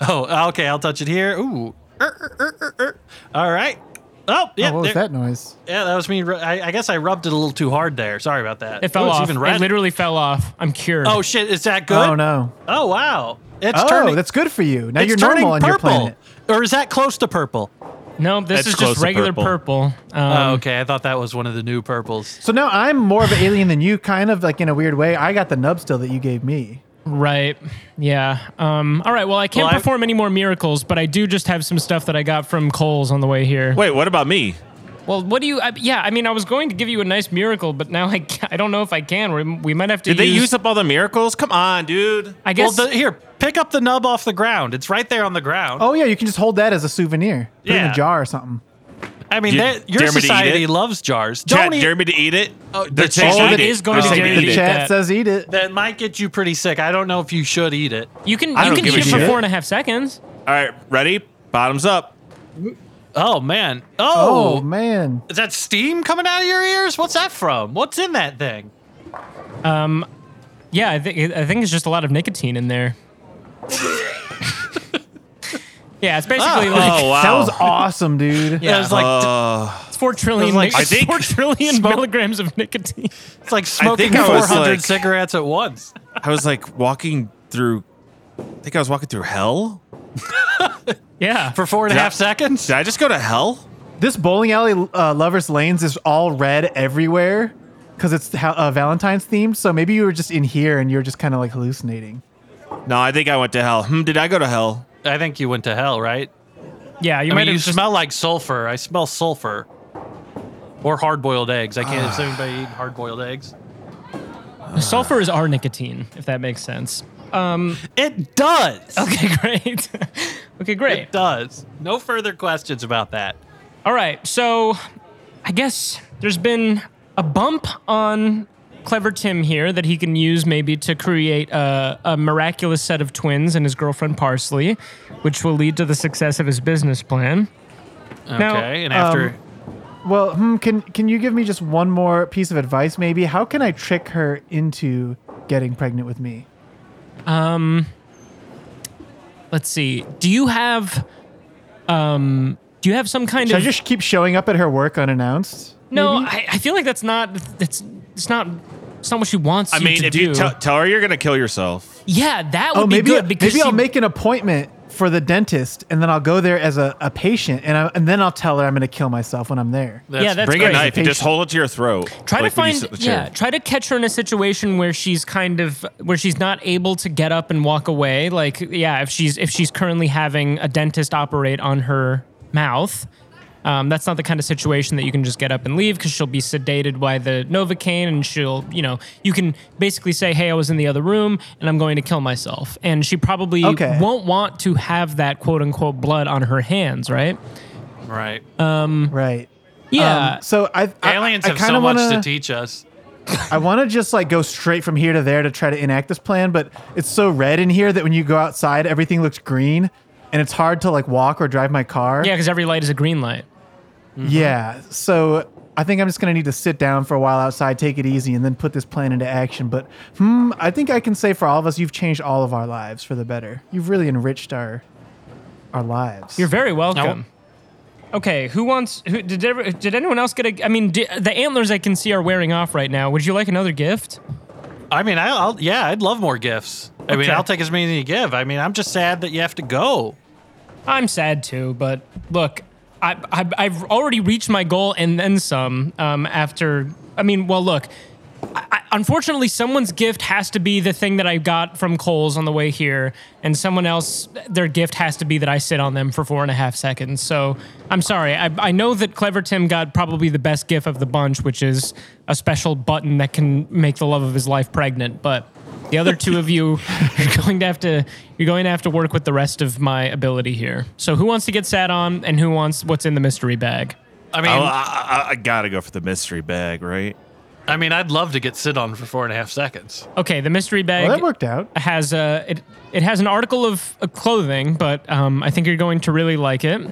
[SPEAKER 4] Oh, okay. I'll touch it here. Ooh. Er, er, er, er, er. All right. Oh, yeah.
[SPEAKER 1] oh, what was
[SPEAKER 4] there-
[SPEAKER 1] that noise?
[SPEAKER 4] Yeah, that was me. ru- I, I guess I rubbed it a little too hard there. Sorry about that.
[SPEAKER 3] It fell
[SPEAKER 4] Ooh, it's
[SPEAKER 3] off.
[SPEAKER 4] Even red.
[SPEAKER 3] It literally fell off. I'm cured.
[SPEAKER 4] oh shit! Is that good?
[SPEAKER 1] Oh no!
[SPEAKER 4] Oh wow! It's
[SPEAKER 1] oh,
[SPEAKER 4] turning.
[SPEAKER 1] that's good for you. Now
[SPEAKER 4] it's
[SPEAKER 1] you're
[SPEAKER 4] turning
[SPEAKER 1] normal on your
[SPEAKER 4] purple.
[SPEAKER 1] planet. Um,
[SPEAKER 4] Or is that close to purple?
[SPEAKER 3] no, this
[SPEAKER 2] That's
[SPEAKER 3] is
[SPEAKER 2] close
[SPEAKER 3] just
[SPEAKER 2] to
[SPEAKER 3] regular purple. Um,
[SPEAKER 4] oh, okay. I thought that was one of the new purples.
[SPEAKER 1] So now I'm more of an alien than you, kind of like in a weird way. I got the nub still that you gave me.
[SPEAKER 3] Right. Yeah. Um, all right. Well, I can't
[SPEAKER 4] Well, I-
[SPEAKER 3] perform any more miracles, but I do just have some stuff that I got from Coles on the way here.
[SPEAKER 2] Wait, what about me?
[SPEAKER 3] Well, what do you? I, yeah. I mean, I was going to give you a nice miracle, but now I, ca- I don't know if I can. We, we might have to.
[SPEAKER 2] Did they use up all the miracles? Come on, dude.
[SPEAKER 3] I guess.
[SPEAKER 4] Well, the, here, pick up the nub off the ground. It's right there on the ground.
[SPEAKER 1] Oh yeah, you can just hold that as a souvenir. Put it in
[SPEAKER 4] Yeah.
[SPEAKER 1] a jar or something.
[SPEAKER 4] I mean,
[SPEAKER 2] You-
[SPEAKER 4] that, your
[SPEAKER 2] dare me to eat
[SPEAKER 4] society
[SPEAKER 2] it?
[SPEAKER 4] loves jars.
[SPEAKER 2] Chad,
[SPEAKER 4] Don't eat.
[SPEAKER 2] dare me to eat it?
[SPEAKER 4] Oh,
[SPEAKER 2] They're
[SPEAKER 4] the
[SPEAKER 2] saying
[SPEAKER 4] chat-
[SPEAKER 2] eat
[SPEAKER 3] Oh, e- it
[SPEAKER 2] it
[SPEAKER 3] is going
[SPEAKER 2] They're
[SPEAKER 3] to
[SPEAKER 2] saying
[SPEAKER 3] dare
[SPEAKER 2] eat
[SPEAKER 3] you
[SPEAKER 1] The
[SPEAKER 3] to
[SPEAKER 2] it.
[SPEAKER 3] eat.
[SPEAKER 1] chat
[SPEAKER 3] that.
[SPEAKER 1] says eat it.
[SPEAKER 4] that might get you pretty sick. I don't know if you should eat it.
[SPEAKER 3] you can
[SPEAKER 2] I
[SPEAKER 3] you
[SPEAKER 2] don't
[SPEAKER 3] can
[SPEAKER 2] give
[SPEAKER 3] eat
[SPEAKER 2] a
[SPEAKER 3] it for
[SPEAKER 2] shit.
[SPEAKER 3] four and a half seconds.
[SPEAKER 2] All right, ready? Bottoms up.
[SPEAKER 4] Oh man.
[SPEAKER 1] Oh,
[SPEAKER 4] Oh,
[SPEAKER 1] man,
[SPEAKER 4] is that steam coming out of your ears? What's that from? What's in that thing?
[SPEAKER 3] Yeah, I think I think it's just a lot of nicotine in there. yeah, it's basically
[SPEAKER 4] Oh.
[SPEAKER 3] like
[SPEAKER 2] Oh wow.
[SPEAKER 1] that was awesome, dude.
[SPEAKER 3] Yeah. uh,
[SPEAKER 4] It was like
[SPEAKER 2] Oh.
[SPEAKER 3] it's four trillion.
[SPEAKER 4] like-
[SPEAKER 3] nic-
[SPEAKER 2] I think-
[SPEAKER 3] four trillion milligrams of nicotine.
[SPEAKER 4] It's like smoking
[SPEAKER 2] think I was
[SPEAKER 4] 400
[SPEAKER 2] like-
[SPEAKER 4] cigarettes at once.
[SPEAKER 2] I was like walking through. I think I was walking through hell.
[SPEAKER 3] Yeah.
[SPEAKER 4] For four and a
[SPEAKER 2] Yeah.
[SPEAKER 4] half seconds?
[SPEAKER 2] Did I just go to hell?
[SPEAKER 1] This bowling alley, uh, lovers lanes, is all red everywhere because it's ha- uh, Valentine's themed. So maybe you were just in here and you're just kind of like hallucinating.
[SPEAKER 2] No, I think I went to hell. Hmm, did I go to hell?
[SPEAKER 4] I think you went to hell, right?
[SPEAKER 3] yeah, you
[SPEAKER 4] I
[SPEAKER 3] might
[SPEAKER 4] mean,
[SPEAKER 3] have
[SPEAKER 4] you
[SPEAKER 3] just-
[SPEAKER 4] smell like sulfur. I smell sulfur. Or hard boiled eggs. I
[SPEAKER 3] Ah.
[SPEAKER 4] can't. Is anybody eating hard boiled eggs?
[SPEAKER 3] Sulfur is our nicotine, if that makes sense.
[SPEAKER 4] It does.
[SPEAKER 3] Okay, great. okay, great.
[SPEAKER 4] It does. No further questions about that.
[SPEAKER 3] All right, so I guess there's been a bump on Clever Tim here that he can use maybe to create a, a miraculous set of twins and his girlfriend Parsley, which will lead to the success of his business plan.
[SPEAKER 4] Okay.
[SPEAKER 3] Now,
[SPEAKER 4] and after.
[SPEAKER 1] um, Well, hmm, can can you give me just one more piece of advice? Maybe how can I trick her into getting pregnant with me?
[SPEAKER 3] Let's see. Do you have um do you have some kind
[SPEAKER 1] Should I
[SPEAKER 3] of
[SPEAKER 1] just keep showing up at her work unannounced?
[SPEAKER 3] No, I, I feel like that's not that's it's not it's not what she wants
[SPEAKER 2] I
[SPEAKER 3] you
[SPEAKER 2] mean,
[SPEAKER 3] to
[SPEAKER 2] if
[SPEAKER 3] do.
[SPEAKER 2] you tell tell her you're gonna kill yourself,
[SPEAKER 3] yeah, that would
[SPEAKER 1] Oh,
[SPEAKER 3] be
[SPEAKER 1] maybe
[SPEAKER 3] good because
[SPEAKER 1] maybe I'll
[SPEAKER 3] she-
[SPEAKER 1] make an appointment for the dentist, and then I'll go there as a, a patient, and I, and then I'll tell her I'm going to kill myself when I'm there.
[SPEAKER 3] Yeah, that's
[SPEAKER 2] bring
[SPEAKER 3] great.
[SPEAKER 2] a knife and
[SPEAKER 1] Patient.
[SPEAKER 2] just hold it to your throat.
[SPEAKER 3] try
[SPEAKER 2] like
[SPEAKER 3] to
[SPEAKER 2] when you
[SPEAKER 3] find
[SPEAKER 2] sit in the chair.
[SPEAKER 3] yeah try to catch her in a situation where she's kind of where she's not able to get up and walk away like yeah if she's if she's currently having a dentist operate on her mouth um, that's not the kind of situation that you can just get up and leave because she'll be sedated by the novocaine and she'll you know you can basically say hey i was in the other room and i'm going to kill myself and she probably
[SPEAKER 1] Okay.
[SPEAKER 3] won't want to have that quote unquote blood on her hands right
[SPEAKER 4] Right.
[SPEAKER 3] Uh,
[SPEAKER 1] Right.
[SPEAKER 3] yeah
[SPEAKER 1] Um, so I, I
[SPEAKER 4] Aliens
[SPEAKER 1] I,
[SPEAKER 4] have
[SPEAKER 1] kind
[SPEAKER 4] so
[SPEAKER 1] of
[SPEAKER 4] much
[SPEAKER 1] want
[SPEAKER 4] to teach us.
[SPEAKER 1] I want to just like go straight from here to there to try to enact this plan, but it's so red in here that when you go outside, everything looks green, and it's hard to like walk or drive my car.
[SPEAKER 3] yeah because every light is a green light
[SPEAKER 4] Uh-huh.
[SPEAKER 1] Yeah. So I think I'm just gonna need to sit down for a while outside, take it easy, and then put this plan into action. But hmm, I think I can say for all of us, you've changed all of our lives for the better. You've really enriched our our lives.
[SPEAKER 3] You're very welcome. Okay, who wants? Who, did ever, did anyone else get a? I mean, di the antlers I can see are wearing off right now. Would you like another gift?
[SPEAKER 4] I mean, I, I'll yeah, I'd love more gifts. I mean,
[SPEAKER 3] Okay.
[SPEAKER 4] I'll take as many as you give. I mean, I'm just sad that you have to go.
[SPEAKER 3] I'm sad too, but look, I, I I've already reached my goal and then some. Um, after I mean, well, look. I, I- unfortunately, someone's gift has to be the thing that I got from Cole's on the way here, and someone else, their gift has to be that I sit on them for four and a half seconds. So I'm sorry. I, I know that Clever Tim got probably the best gift of the bunch, which is a special button that can make the love of his life pregnant. But the other two of you are going to have to you're going to have to work with the rest of my ability here. So who wants to get sat on, and who wants what's in the mystery bag?
[SPEAKER 4] I mean,
[SPEAKER 2] Oh, I, I, I gotta go for the mystery bag, right?
[SPEAKER 4] I mean, I'd love to get sit on for four and a half seconds.
[SPEAKER 3] Okay, the mystery bag.
[SPEAKER 1] well, that worked out.
[SPEAKER 3] has a it, it has an article of uh, clothing, but um, I think you're going to really like it. Uh,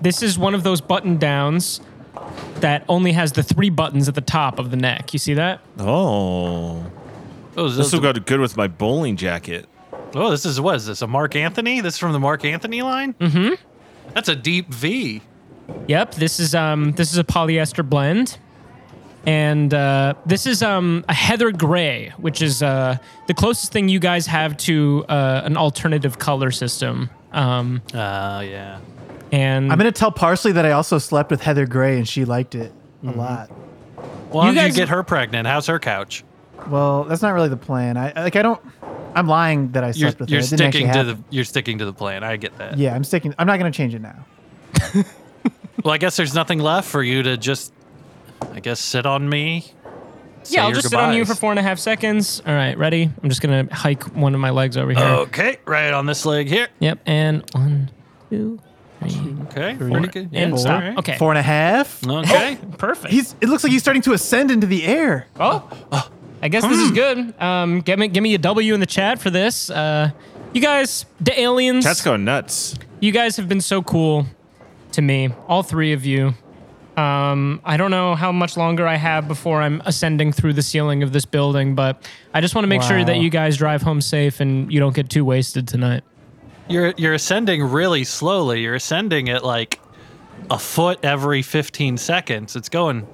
[SPEAKER 3] this is one of those button downs that only has the three buttons at the top of the neck. You see that?
[SPEAKER 2] Oh,
[SPEAKER 4] Oh, is
[SPEAKER 2] this
[SPEAKER 4] this,
[SPEAKER 2] will go to good with my bowling jacket.
[SPEAKER 4] oh, this is what is this? A Mark Anthony? This is from the Mark Anthony line? Mm-hmm. That's a deep V.
[SPEAKER 3] Yep, this is um this is a polyester blend. And uh, this is um, a heather gray, which is uh, the closest thing you guys have to uh, an alternative color system. Um,
[SPEAKER 4] Oh, yeah.
[SPEAKER 3] and
[SPEAKER 1] I'm gonna tell Parsley that I also slept with Heather Gray and she liked it a
[SPEAKER 4] Mm-hmm.
[SPEAKER 1] lot.
[SPEAKER 4] Why
[SPEAKER 3] You
[SPEAKER 4] don't you,
[SPEAKER 3] guys-
[SPEAKER 4] get her pregnant? How's her couch?
[SPEAKER 1] Well, that's not really the plan. I like I don't. I'm lying that I
[SPEAKER 4] You're,
[SPEAKER 1] slept with
[SPEAKER 4] you're
[SPEAKER 1] her. It didn't actually
[SPEAKER 4] sticking to the
[SPEAKER 1] happen.
[SPEAKER 4] you're sticking to the plan. I get that.
[SPEAKER 1] Yeah, I'm sticking. I'm not gonna change it now.
[SPEAKER 4] Well, I guess there's nothing left for you to just, I guess, sit on me. say
[SPEAKER 3] yeah, I'll
[SPEAKER 4] your
[SPEAKER 3] just sit on you for
[SPEAKER 4] goodbyes.
[SPEAKER 3] four and a half seconds. All right, ready? I'm just gonna hike one of my legs over here.
[SPEAKER 4] Okay, right on this leg here.
[SPEAKER 3] Yep, and one, two, three,
[SPEAKER 4] Okay,
[SPEAKER 3] four,
[SPEAKER 4] pretty good.
[SPEAKER 3] and
[SPEAKER 4] Yeah,
[SPEAKER 3] stop.
[SPEAKER 4] all right.
[SPEAKER 3] Okay,
[SPEAKER 1] Four and a half.
[SPEAKER 4] Okay.
[SPEAKER 3] perfect.
[SPEAKER 1] He's. It looks like he's starting to ascend into the air.
[SPEAKER 3] Oh, I guess this is good. Um, give me give me a W in the chat for this. Uh, you guys, the aliens,
[SPEAKER 2] That's going nuts.
[SPEAKER 3] you guys have been so cool to me, all three of you. Um, I don't know how much longer I have before I'm ascending through the ceiling of this building, but I just want to make sure that
[SPEAKER 1] Wow.
[SPEAKER 3] you guys drive home safe and you don't get too wasted tonight.
[SPEAKER 4] You're you're ascending really slowly. You're ascending at like a foot every 15 seconds. It's going.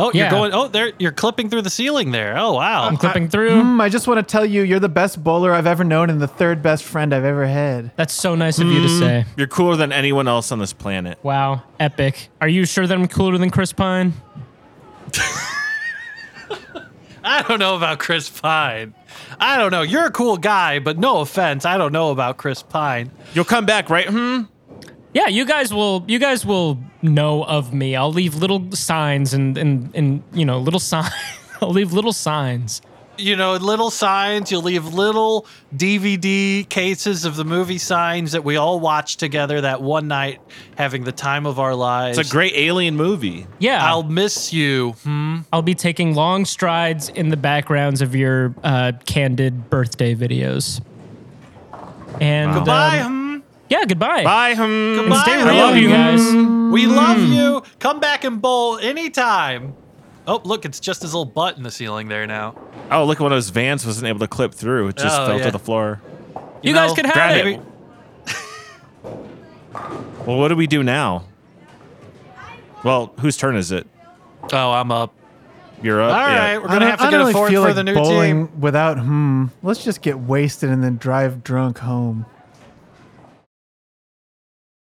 [SPEAKER 4] Oh,
[SPEAKER 3] Yeah.
[SPEAKER 4] you're going. Oh, there. You're clipping through the ceiling there. Oh, wow.
[SPEAKER 3] I'm clipping through.
[SPEAKER 1] Hmm, I just want to tell you, you're the best bowler I've ever known and the third best friend I've ever had.
[SPEAKER 3] That's so nice of you to say.
[SPEAKER 2] You're cooler than anyone else on this planet.
[SPEAKER 3] Wow, epic. Are you sure that I'm cooler than Chris Pine?
[SPEAKER 4] I don't know about Chris Pine. I don't know. You're a cool guy, but no offense. I don't know about Chris Pine.
[SPEAKER 2] You'll come back, right? Hmm.
[SPEAKER 3] Yeah, you guys will you guys will know of me. I'll leave little signs and and and you know, little sign. I'll leave little signs.
[SPEAKER 4] you know, little signs. You'll leave little DVD cases of the movie signs that we all watched together that one night, having the time of our lives.
[SPEAKER 2] It's a great alien movie.
[SPEAKER 3] Yeah.
[SPEAKER 4] I'll miss you.
[SPEAKER 3] I'll be taking long strides in the backgrounds of your uh, candid birthday videos. And
[SPEAKER 4] Goodbye.
[SPEAKER 3] um,
[SPEAKER 4] hmm.
[SPEAKER 3] yeah, goodbye.
[SPEAKER 2] Bye. Hmm.
[SPEAKER 4] Goodbye.
[SPEAKER 3] Stay
[SPEAKER 4] I
[SPEAKER 3] real,
[SPEAKER 4] love
[SPEAKER 3] you
[SPEAKER 4] you.
[SPEAKER 3] guys.
[SPEAKER 4] We love
[SPEAKER 3] Mm.
[SPEAKER 4] you. Come back and bowl anytime. Oh, look, it's just his little butt in the ceiling there now.
[SPEAKER 2] Oh, look, one of those vans wasn't able to clip through. It just
[SPEAKER 4] Oh,
[SPEAKER 2] fell
[SPEAKER 4] yeah.
[SPEAKER 2] to the floor.
[SPEAKER 3] You,
[SPEAKER 4] know,
[SPEAKER 3] guys could have
[SPEAKER 2] grab
[SPEAKER 3] it.
[SPEAKER 2] it. Well, what do we do now? Well, whose turn is it?
[SPEAKER 4] Oh, I'm up.
[SPEAKER 2] You're up.
[SPEAKER 4] All
[SPEAKER 2] yeah.
[SPEAKER 4] right, we're
[SPEAKER 1] I
[SPEAKER 4] gonna
[SPEAKER 1] don't-
[SPEAKER 4] have to
[SPEAKER 1] I
[SPEAKER 4] get
[SPEAKER 1] don't
[SPEAKER 4] a
[SPEAKER 1] really
[SPEAKER 4] fork
[SPEAKER 1] feel
[SPEAKER 4] for
[SPEAKER 1] like
[SPEAKER 4] the new
[SPEAKER 1] bowling
[SPEAKER 4] team.
[SPEAKER 1] without. Hmm. Let's just get wasted and then drive drunk home.